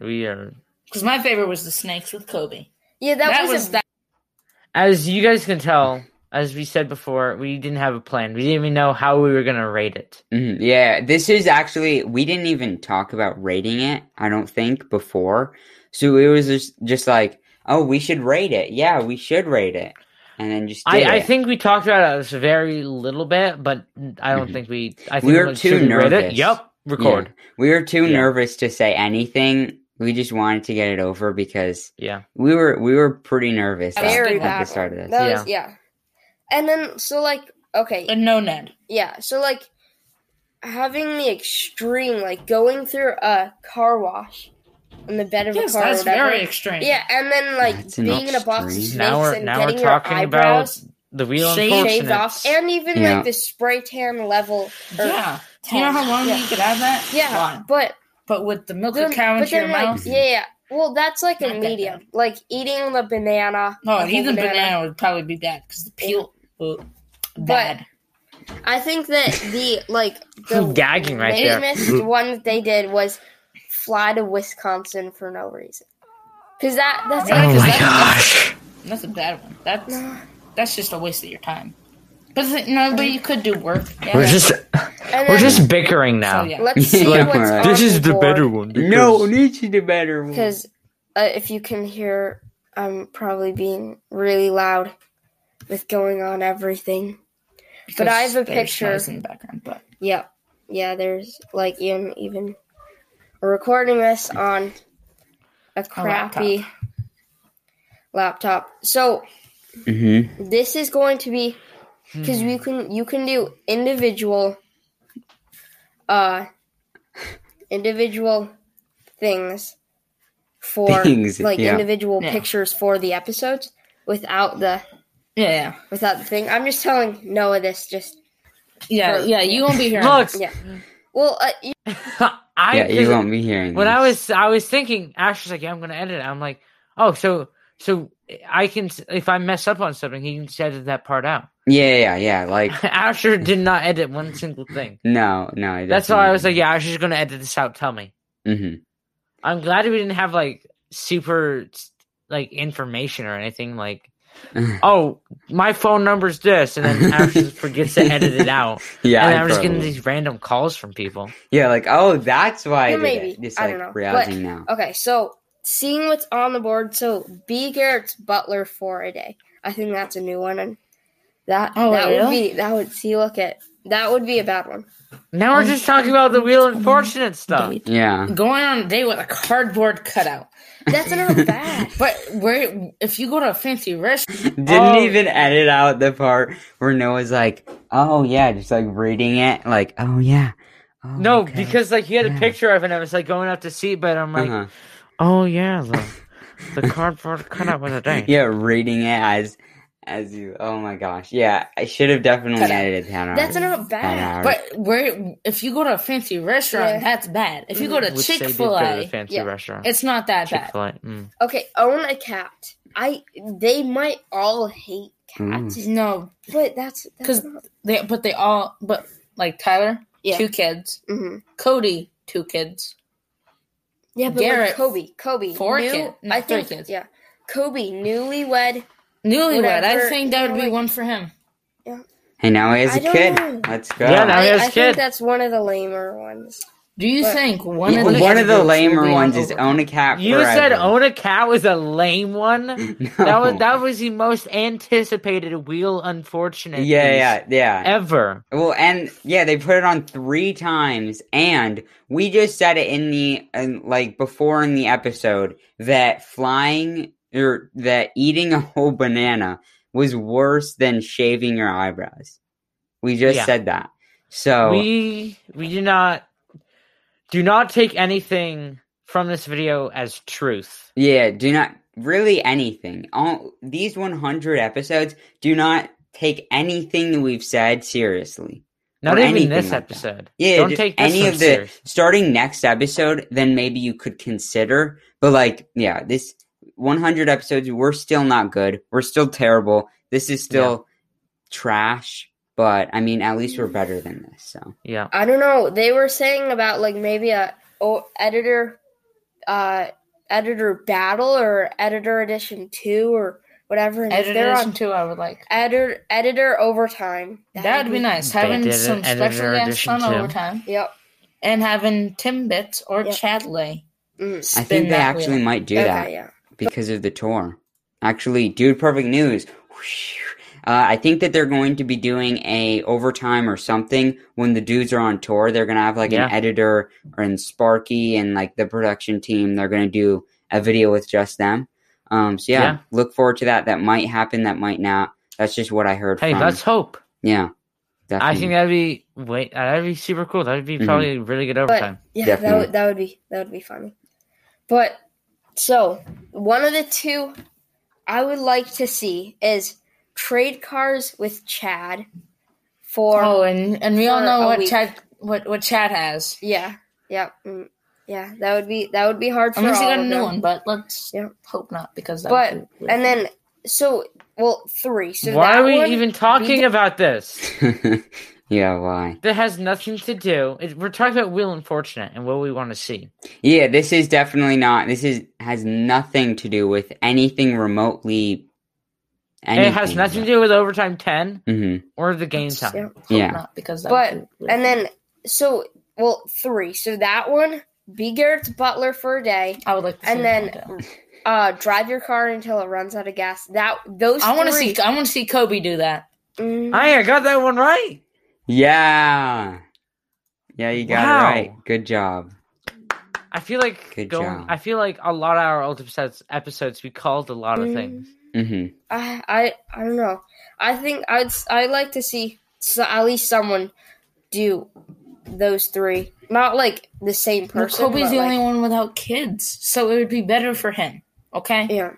[SPEAKER 1] We are.
[SPEAKER 4] Because my favorite was the snakes with Kobe.
[SPEAKER 3] yeah, that,
[SPEAKER 4] that
[SPEAKER 3] was,
[SPEAKER 4] was
[SPEAKER 3] a,
[SPEAKER 4] that-
[SPEAKER 1] As you guys can tell, as we said before, we didn't have a plan. We didn't even know how we were gonna rate it.
[SPEAKER 2] Mhm, Yeah, this is actually we didn't even talk about rating it. I don't think before, so it was just just like, oh, we should rate it. Yeah, we should rate it, and then just did
[SPEAKER 1] I, I
[SPEAKER 2] it.
[SPEAKER 1] think we talked about it a very little bit, but I don't
[SPEAKER 2] Mhm.
[SPEAKER 1] think we. I think
[SPEAKER 2] We were
[SPEAKER 1] like,
[SPEAKER 2] too
[SPEAKER 1] should we rate it?
[SPEAKER 2] nervous.
[SPEAKER 1] Yep.
[SPEAKER 2] Yeah.
[SPEAKER 1] Record.
[SPEAKER 2] We were too
[SPEAKER 1] Yeah.
[SPEAKER 2] nervous to say anything. We just wanted to get it over because
[SPEAKER 1] Yeah.
[SPEAKER 2] we were we were pretty nervous at,
[SPEAKER 3] very
[SPEAKER 4] Very
[SPEAKER 2] at the
[SPEAKER 3] bad.
[SPEAKER 2] start of this.
[SPEAKER 3] That was yeah. And then so like okay,
[SPEAKER 4] And no Ned.
[SPEAKER 3] yeah. So like having the extreme like going through a car wash in the bed of
[SPEAKER 4] Yes,
[SPEAKER 3] a car. or
[SPEAKER 4] that's
[SPEAKER 3] whatever.
[SPEAKER 4] very extreme.
[SPEAKER 3] Yeah, and then like
[SPEAKER 2] That's an
[SPEAKER 3] being in a box of
[SPEAKER 2] extreme.
[SPEAKER 3] snakes
[SPEAKER 1] Now we're
[SPEAKER 3] and
[SPEAKER 1] now we're
[SPEAKER 3] getting your
[SPEAKER 1] talking about
[SPEAKER 3] eyebrows
[SPEAKER 1] the real
[SPEAKER 4] shaved
[SPEAKER 3] shaved
[SPEAKER 1] unfortunate.
[SPEAKER 3] off, and even
[SPEAKER 2] Yeah.
[SPEAKER 3] like the spray tan level. or-
[SPEAKER 4] Yeah. Do you know how long
[SPEAKER 3] Yeah.
[SPEAKER 4] you could have that?
[SPEAKER 3] yeah,
[SPEAKER 4] Long.
[SPEAKER 3] but
[SPEAKER 4] But with the milk
[SPEAKER 3] then,
[SPEAKER 4] of cow
[SPEAKER 3] but
[SPEAKER 4] into your
[SPEAKER 3] then like
[SPEAKER 4] mouth,
[SPEAKER 3] yeah, yeah. Well, that's like
[SPEAKER 4] Not
[SPEAKER 3] a
[SPEAKER 4] that Oh,
[SPEAKER 3] medium, like eating the banana.
[SPEAKER 4] no,
[SPEAKER 3] the whole
[SPEAKER 4] even banana would probably be bad because the peel. Ooh, bad.
[SPEAKER 3] I think that the like the
[SPEAKER 1] Gagging right there.
[SPEAKER 3] lamest one that they did was fly to Wisconsin for no reason. Cause that that's
[SPEAKER 4] Yeah,
[SPEAKER 3] like,
[SPEAKER 4] Oh my
[SPEAKER 3] that's-
[SPEAKER 1] gosh!
[SPEAKER 4] That's a bad one. That's that's just a waste of your time. But the, no, but you could do work. Yeah.
[SPEAKER 1] We're just
[SPEAKER 3] and
[SPEAKER 1] we're
[SPEAKER 3] then-
[SPEAKER 1] just bickering now.
[SPEAKER 4] so, yeah.
[SPEAKER 3] let's see
[SPEAKER 2] Yeah,
[SPEAKER 3] what's
[SPEAKER 2] alright.
[SPEAKER 3] on
[SPEAKER 1] This is the
[SPEAKER 3] board.
[SPEAKER 1] better one.
[SPEAKER 2] No,
[SPEAKER 1] because-
[SPEAKER 2] Nietzsche the better one.
[SPEAKER 3] because uh, if you can hear, I'm probably being really loud with going on everything.
[SPEAKER 4] Because
[SPEAKER 3] I have a
[SPEAKER 4] there's
[SPEAKER 3] picture.
[SPEAKER 4] noise in the background, but
[SPEAKER 3] Yep. Yeah, there's like even even we're recording this on a crappy laptop. So
[SPEAKER 2] Mhm.
[SPEAKER 3] this is going to be because you
[SPEAKER 2] Hmm.
[SPEAKER 3] can you can do individual uh individual things for
[SPEAKER 2] Things,
[SPEAKER 3] like
[SPEAKER 2] yeah.
[SPEAKER 3] individual
[SPEAKER 4] Yeah.
[SPEAKER 3] pictures for the episodes without the
[SPEAKER 4] yeah, yeah,
[SPEAKER 3] without the thing i'm just telling noah this just
[SPEAKER 4] yeah,
[SPEAKER 3] Or-
[SPEAKER 4] yeah. You won't be here.
[SPEAKER 1] Look,
[SPEAKER 3] yeah well uh, you,
[SPEAKER 1] I
[SPEAKER 2] yeah, you won't be hearing.
[SPEAKER 1] when I
[SPEAKER 2] this.
[SPEAKER 1] was I was thinking Ash was like, yeah, I'm gonna edit. it. I'm like, oh, so so I can if I mess up on something, he can just edit that part out.
[SPEAKER 2] yeah, yeah, yeah, like
[SPEAKER 1] Asher did not edit one single thing.
[SPEAKER 2] no, no. I
[SPEAKER 1] That's why I was like, yeah, Asher's gonna edit this out. Tell me.
[SPEAKER 2] hmm
[SPEAKER 1] I'm glad we didn't have like super like information or anything like. Oh, my phone number's this, and then Ash just forgets to edit it out,
[SPEAKER 2] yeah,
[SPEAKER 1] and
[SPEAKER 2] I
[SPEAKER 1] I'm just getting
[SPEAKER 2] probably-
[SPEAKER 1] these random calls from people.
[SPEAKER 2] yeah, like oh, that's why
[SPEAKER 3] Yeah,
[SPEAKER 2] I did
[SPEAKER 3] maybe.
[SPEAKER 2] it. Just
[SPEAKER 3] I
[SPEAKER 2] like
[SPEAKER 3] don't know.
[SPEAKER 2] browsing now.
[SPEAKER 3] okay so seeing what's on the board so b garrett's butler for a day i think that's a new one and that
[SPEAKER 4] Oh,
[SPEAKER 3] that would
[SPEAKER 4] really?
[SPEAKER 3] be that would see look at that would be a bad one
[SPEAKER 1] Now we're just talking about the real unfortunate stuff.
[SPEAKER 2] Yeah,
[SPEAKER 4] Going on a date with a cardboard cutout.
[SPEAKER 3] that's not bad
[SPEAKER 4] But where if you go to a fancy restaurant,
[SPEAKER 2] didn't
[SPEAKER 1] Oh.
[SPEAKER 2] even edit out the part where Noah's like, oh yeah, just like reading it, like oh yeah. Oh,
[SPEAKER 1] No,
[SPEAKER 2] okay.
[SPEAKER 1] because like he had a
[SPEAKER 2] Yeah.
[SPEAKER 1] picture of it, and I was like going up to see, but I'm like,
[SPEAKER 2] Uh-huh.
[SPEAKER 1] oh yeah, the, the cardboard cutout was a day.
[SPEAKER 2] yeah, reading it as as you. Oh my gosh, yeah, I should have definitely
[SPEAKER 4] Cut out.
[SPEAKER 2] edited that out.
[SPEAKER 3] that's
[SPEAKER 1] Mm-hmm.
[SPEAKER 3] not
[SPEAKER 2] That
[SPEAKER 3] bad
[SPEAKER 2] out.
[SPEAKER 4] but where if you go to a fancy restaurant,
[SPEAKER 3] Yeah.
[SPEAKER 4] that's bad. If you go to
[SPEAKER 1] Would say
[SPEAKER 4] Chick
[SPEAKER 1] they'd
[SPEAKER 4] Fil
[SPEAKER 1] go to the
[SPEAKER 4] A,
[SPEAKER 1] fancy
[SPEAKER 3] Yeah.
[SPEAKER 1] restaurant.
[SPEAKER 4] it's not that
[SPEAKER 1] Chick
[SPEAKER 4] bad.
[SPEAKER 1] Fil A. Mm.
[SPEAKER 3] okay own a cat i they might all hate cats
[SPEAKER 2] Mm.
[SPEAKER 4] No,
[SPEAKER 3] but that's
[SPEAKER 4] because
[SPEAKER 3] because
[SPEAKER 4] they but they all but like Tyler,
[SPEAKER 3] Yeah.
[SPEAKER 4] two kids,
[SPEAKER 3] hmm
[SPEAKER 4] Cody, two kids.
[SPEAKER 3] yeah but
[SPEAKER 4] Garrett-
[SPEAKER 3] like kobe kobe
[SPEAKER 4] Four
[SPEAKER 3] new-
[SPEAKER 4] kid- no,
[SPEAKER 3] i
[SPEAKER 4] three
[SPEAKER 3] think
[SPEAKER 4] kids.
[SPEAKER 3] yeah kobe newlywed
[SPEAKER 4] Newlywed, I
[SPEAKER 3] Whatever,
[SPEAKER 4] think that would
[SPEAKER 3] you
[SPEAKER 4] be
[SPEAKER 3] know,
[SPEAKER 4] one for him.
[SPEAKER 2] And now he has
[SPEAKER 3] I
[SPEAKER 2] a
[SPEAKER 3] don't
[SPEAKER 2] kid.
[SPEAKER 3] know.
[SPEAKER 2] Let's go.
[SPEAKER 1] Yeah, now- he
[SPEAKER 3] I,
[SPEAKER 1] has
[SPEAKER 3] I
[SPEAKER 1] a
[SPEAKER 3] think
[SPEAKER 1] kid.
[SPEAKER 3] that's one of the lamer ones
[SPEAKER 4] Do you
[SPEAKER 3] But-
[SPEAKER 4] think one
[SPEAKER 2] Yeah,
[SPEAKER 4] of the
[SPEAKER 2] one of the
[SPEAKER 4] attributes will
[SPEAKER 2] lamer
[SPEAKER 4] be on
[SPEAKER 2] ones is
[SPEAKER 4] over-
[SPEAKER 2] own a cat.
[SPEAKER 1] You
[SPEAKER 2] forever.
[SPEAKER 1] said own a cat was a lame one. That was that was the most anticipated wheel unfortunate.
[SPEAKER 2] Yeah, yeah, yeah.
[SPEAKER 1] Ever.
[SPEAKER 2] Well, and yeah, they put it on three times, and we just said it in the and like before in the episode that flying or that eating a whole banana was worse than shaving your eyebrows. We just
[SPEAKER 1] Yeah.
[SPEAKER 2] said that. So
[SPEAKER 1] We we do not do not take anything from this video as truth.
[SPEAKER 2] yeah, do not really anything. All these 100 episodes do not take anything that we've said seriously.
[SPEAKER 1] Not
[SPEAKER 2] or
[SPEAKER 1] even
[SPEAKER 2] anything
[SPEAKER 1] this
[SPEAKER 2] like that.
[SPEAKER 1] episode.
[SPEAKER 2] Yeah,
[SPEAKER 1] don't
[SPEAKER 2] just
[SPEAKER 1] take this
[SPEAKER 2] any
[SPEAKER 1] one
[SPEAKER 2] of the
[SPEAKER 1] serious.
[SPEAKER 2] starting next episode. Then maybe you could consider, but like, yeah, this 100 episodes, we're still not good. We're still terrible. This is still trash. But I mean, at least we're better than this. So
[SPEAKER 1] Yeah.
[SPEAKER 3] I don't know. They were saying about like maybe a oh, editor, uh, editor battle or editor edition two or whatever. And if
[SPEAKER 4] Editor
[SPEAKER 3] they're
[SPEAKER 4] edition
[SPEAKER 3] on
[SPEAKER 4] two, I would like.
[SPEAKER 3] editor editor overtime.
[SPEAKER 4] That would be nice.
[SPEAKER 1] They
[SPEAKER 4] Having
[SPEAKER 1] did
[SPEAKER 4] some
[SPEAKER 1] an editor
[SPEAKER 4] special guests
[SPEAKER 1] edition
[SPEAKER 4] on
[SPEAKER 1] too.
[SPEAKER 4] overtime
[SPEAKER 3] Yep.
[SPEAKER 4] and having Timbits or
[SPEAKER 3] Yep.
[SPEAKER 4] Chadley.
[SPEAKER 3] Mm.
[SPEAKER 2] I think they actually might do
[SPEAKER 3] Okay.
[SPEAKER 2] that
[SPEAKER 3] Yeah.
[SPEAKER 2] because of the tour. Actually, dude, perfect news. Uh, I think that they're going to be doing a overtime or something when the dudes are on tour. They're gonna have like
[SPEAKER 1] Yeah.
[SPEAKER 2] an editor and Sparky and like the production team. They're gonna do a video with just them. Um, so yeah,
[SPEAKER 1] Yeah.
[SPEAKER 2] look forward to that. That might happen. That might not. That's just what I heard.
[SPEAKER 1] Hey,
[SPEAKER 2] from.
[SPEAKER 1] let's hope.
[SPEAKER 2] yeah.
[SPEAKER 1] I
[SPEAKER 2] Definitely.
[SPEAKER 1] think that'd be wait that'd be super cool. That'd be
[SPEAKER 2] Mhm.
[SPEAKER 1] probably a really good
[SPEAKER 3] But
[SPEAKER 1] overtime.
[SPEAKER 3] yeah, that
[SPEAKER 2] Definitely.
[SPEAKER 3] would that would be that would be funny. But so one of the two I would like to see is trade cars with Chad for
[SPEAKER 4] oh, and and we all
[SPEAKER 3] for
[SPEAKER 4] know
[SPEAKER 3] a
[SPEAKER 4] what
[SPEAKER 3] week.
[SPEAKER 4] Chad what what Chad has.
[SPEAKER 3] yeah yeah mm, yeah that would be that would be hard for
[SPEAKER 4] Unless he
[SPEAKER 3] all
[SPEAKER 4] got a
[SPEAKER 3] of
[SPEAKER 4] new
[SPEAKER 3] them.
[SPEAKER 4] one, but let's
[SPEAKER 3] Yeah.
[SPEAKER 4] hope not because that
[SPEAKER 3] But
[SPEAKER 4] would be
[SPEAKER 3] and then so well three so
[SPEAKER 1] Why
[SPEAKER 3] that
[SPEAKER 1] are we
[SPEAKER 3] one-
[SPEAKER 1] even talking about this?
[SPEAKER 2] yeah, why?
[SPEAKER 1] That has nothing to do. It, we're talking about Wheel and Fortunate and what we want to see.
[SPEAKER 2] Yeah, this is definitely not. This is has nothing to do with anything remotely.
[SPEAKER 1] And it has nothing to do with overtime ten
[SPEAKER 2] Mm-hmm.
[SPEAKER 1] or the game time.
[SPEAKER 3] yeah.
[SPEAKER 4] hope
[SPEAKER 2] Yeah.
[SPEAKER 4] not because that
[SPEAKER 3] But-
[SPEAKER 4] would be
[SPEAKER 3] and then so well three so that one be Garrett's butler for a day
[SPEAKER 4] I would like to see
[SPEAKER 3] and then
[SPEAKER 4] that.
[SPEAKER 3] uh drive your car until it runs out of gas that those
[SPEAKER 4] I want to
[SPEAKER 3] three-
[SPEAKER 4] see I want to see Kobe do that.
[SPEAKER 3] Mm,
[SPEAKER 1] Hey, I got that one right.
[SPEAKER 2] Yeah. Yeah, you got
[SPEAKER 1] Wow.
[SPEAKER 2] it right. Good job.
[SPEAKER 1] I feel like
[SPEAKER 2] Good
[SPEAKER 1] going.
[SPEAKER 2] job.
[SPEAKER 1] I feel like a lot of our old episodes, episodes we called a lot
[SPEAKER 3] Mm.
[SPEAKER 1] of things.
[SPEAKER 2] hmm
[SPEAKER 3] I, I I don't know I think I'd s- I'd like to see so at least someone do those three not like the same
[SPEAKER 4] Well,
[SPEAKER 3] person
[SPEAKER 4] Kobe's
[SPEAKER 3] but,
[SPEAKER 4] the
[SPEAKER 3] like,
[SPEAKER 4] only one without kids, so it would be better for him. Okay.
[SPEAKER 3] Yeah.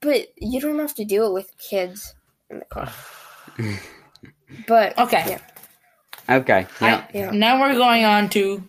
[SPEAKER 3] But you don't have to do it with kids in the car. but
[SPEAKER 1] Oh,
[SPEAKER 4] Okay.
[SPEAKER 3] Yeah.
[SPEAKER 2] Okay. Yeah.
[SPEAKER 4] I-
[SPEAKER 3] Yeah.
[SPEAKER 4] Now we're going on to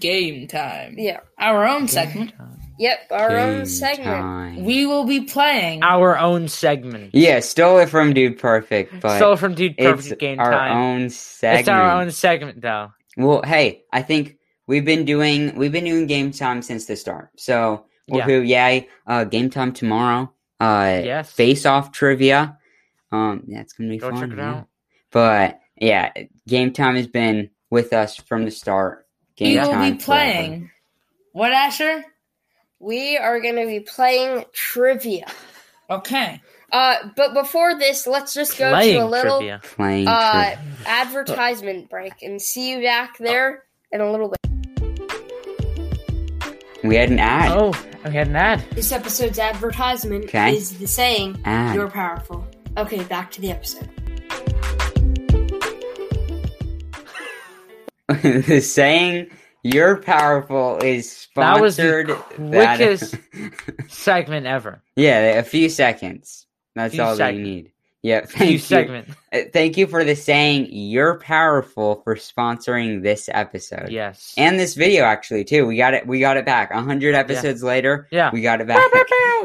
[SPEAKER 4] game time.
[SPEAKER 3] Yeah.
[SPEAKER 4] Our own segment.
[SPEAKER 3] Yep, our
[SPEAKER 2] Game
[SPEAKER 3] own segment.
[SPEAKER 2] time.
[SPEAKER 4] We will be playing.
[SPEAKER 1] Our own segment.
[SPEAKER 2] yeah, stole it from Dude Perfect, but
[SPEAKER 1] Stole from Dude
[SPEAKER 2] it's
[SPEAKER 1] Perfect Game
[SPEAKER 2] our
[SPEAKER 1] Time.
[SPEAKER 2] own segment.
[SPEAKER 1] It's our own segment, though.
[SPEAKER 2] Well, hey, I think we've been doing we've been doing game time since the start. So
[SPEAKER 1] Yeah.
[SPEAKER 2] woohoo, yay! Uh, game time tomorrow. Uh,
[SPEAKER 1] Yes.
[SPEAKER 2] face off trivia. Um, that's gonna be
[SPEAKER 1] Go
[SPEAKER 2] fun.
[SPEAKER 1] check it
[SPEAKER 2] yeah.
[SPEAKER 1] out.
[SPEAKER 2] But yeah, game time has been with us from the start. Game
[SPEAKER 4] we will
[SPEAKER 2] time
[SPEAKER 4] be playing.
[SPEAKER 2] forever.
[SPEAKER 4] What, Asher?
[SPEAKER 3] We are going to be playing trivia.
[SPEAKER 4] Okay.
[SPEAKER 3] Uh but before this, let's just go
[SPEAKER 1] Playing
[SPEAKER 3] to a little
[SPEAKER 1] trivia.
[SPEAKER 2] Playing.
[SPEAKER 3] uh
[SPEAKER 2] trivia.
[SPEAKER 3] advertisement break and see you back there in a little bit.
[SPEAKER 2] we had an ad.
[SPEAKER 1] Oh, we had an ad.
[SPEAKER 3] This episode's advertisement
[SPEAKER 2] Okay.
[SPEAKER 3] is the saying,
[SPEAKER 2] Ad.
[SPEAKER 3] "You're powerful." Okay, back to the episode.
[SPEAKER 4] oh.
[SPEAKER 2] the saying "You're powerful" is
[SPEAKER 1] That was
[SPEAKER 2] sponsored.
[SPEAKER 1] the
[SPEAKER 2] that-
[SPEAKER 1] quickest segment ever.
[SPEAKER 2] yeah, a few seconds. That's
[SPEAKER 1] Few
[SPEAKER 2] all that
[SPEAKER 1] sec-
[SPEAKER 2] you need. Yeah, thank
[SPEAKER 1] New
[SPEAKER 2] you.
[SPEAKER 1] segment.
[SPEAKER 2] Uh, Thank you for the saying "You're powerful" for sponsoring this episode
[SPEAKER 1] Yes.
[SPEAKER 2] and this video. Actually, too, we got it. We got it back. A hundred episodes later,
[SPEAKER 1] yeah.
[SPEAKER 2] we got it back.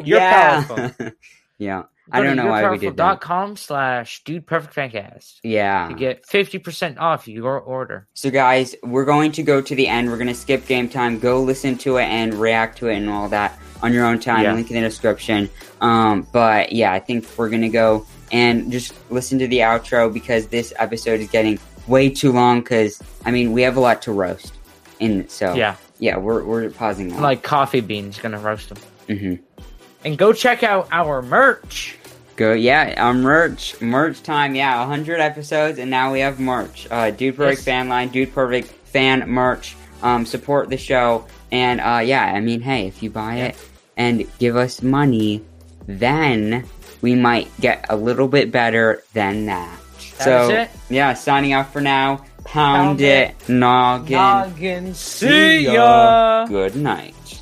[SPEAKER 1] You're
[SPEAKER 2] Yeah.
[SPEAKER 1] powerful.
[SPEAKER 2] yeah, I don't know why we did that. Uh-huh.
[SPEAKER 1] com slash dude perfect fancast
[SPEAKER 2] yeah.
[SPEAKER 1] to get 50% off your order.
[SPEAKER 2] So, guys, we're going to go to the end. We're going to skip game time. Go listen to it and react to it and all that on your own time.
[SPEAKER 1] Yeah.
[SPEAKER 2] Link in the description. Um, but yeah, I think we're going to go and just listen to the outro because this episode is getting way too long. Because I mean, we have a lot to roast, and so
[SPEAKER 1] Yeah.
[SPEAKER 2] yeah, we're we're pausing. That.
[SPEAKER 1] Like coffee beans, gonna roast them.
[SPEAKER 2] hmm
[SPEAKER 1] And go check out our merch.
[SPEAKER 2] go yeah, our merch merch time. Yeah, hundred episodes, and now we have merch. Uh, Dude Perfect
[SPEAKER 1] Yes.
[SPEAKER 2] fan line, Dude Perfect fan merch. Um, support the show, and uh, yeah, I mean, hey, if you buy it and give us money, then we might get a little bit better than that.
[SPEAKER 1] That
[SPEAKER 2] so
[SPEAKER 1] is it.
[SPEAKER 2] yeah, signing off for now. Pound,
[SPEAKER 1] Pound
[SPEAKER 2] it, noggin.
[SPEAKER 1] Noggin. See
[SPEAKER 2] See ya.
[SPEAKER 1] ya.
[SPEAKER 2] Good night.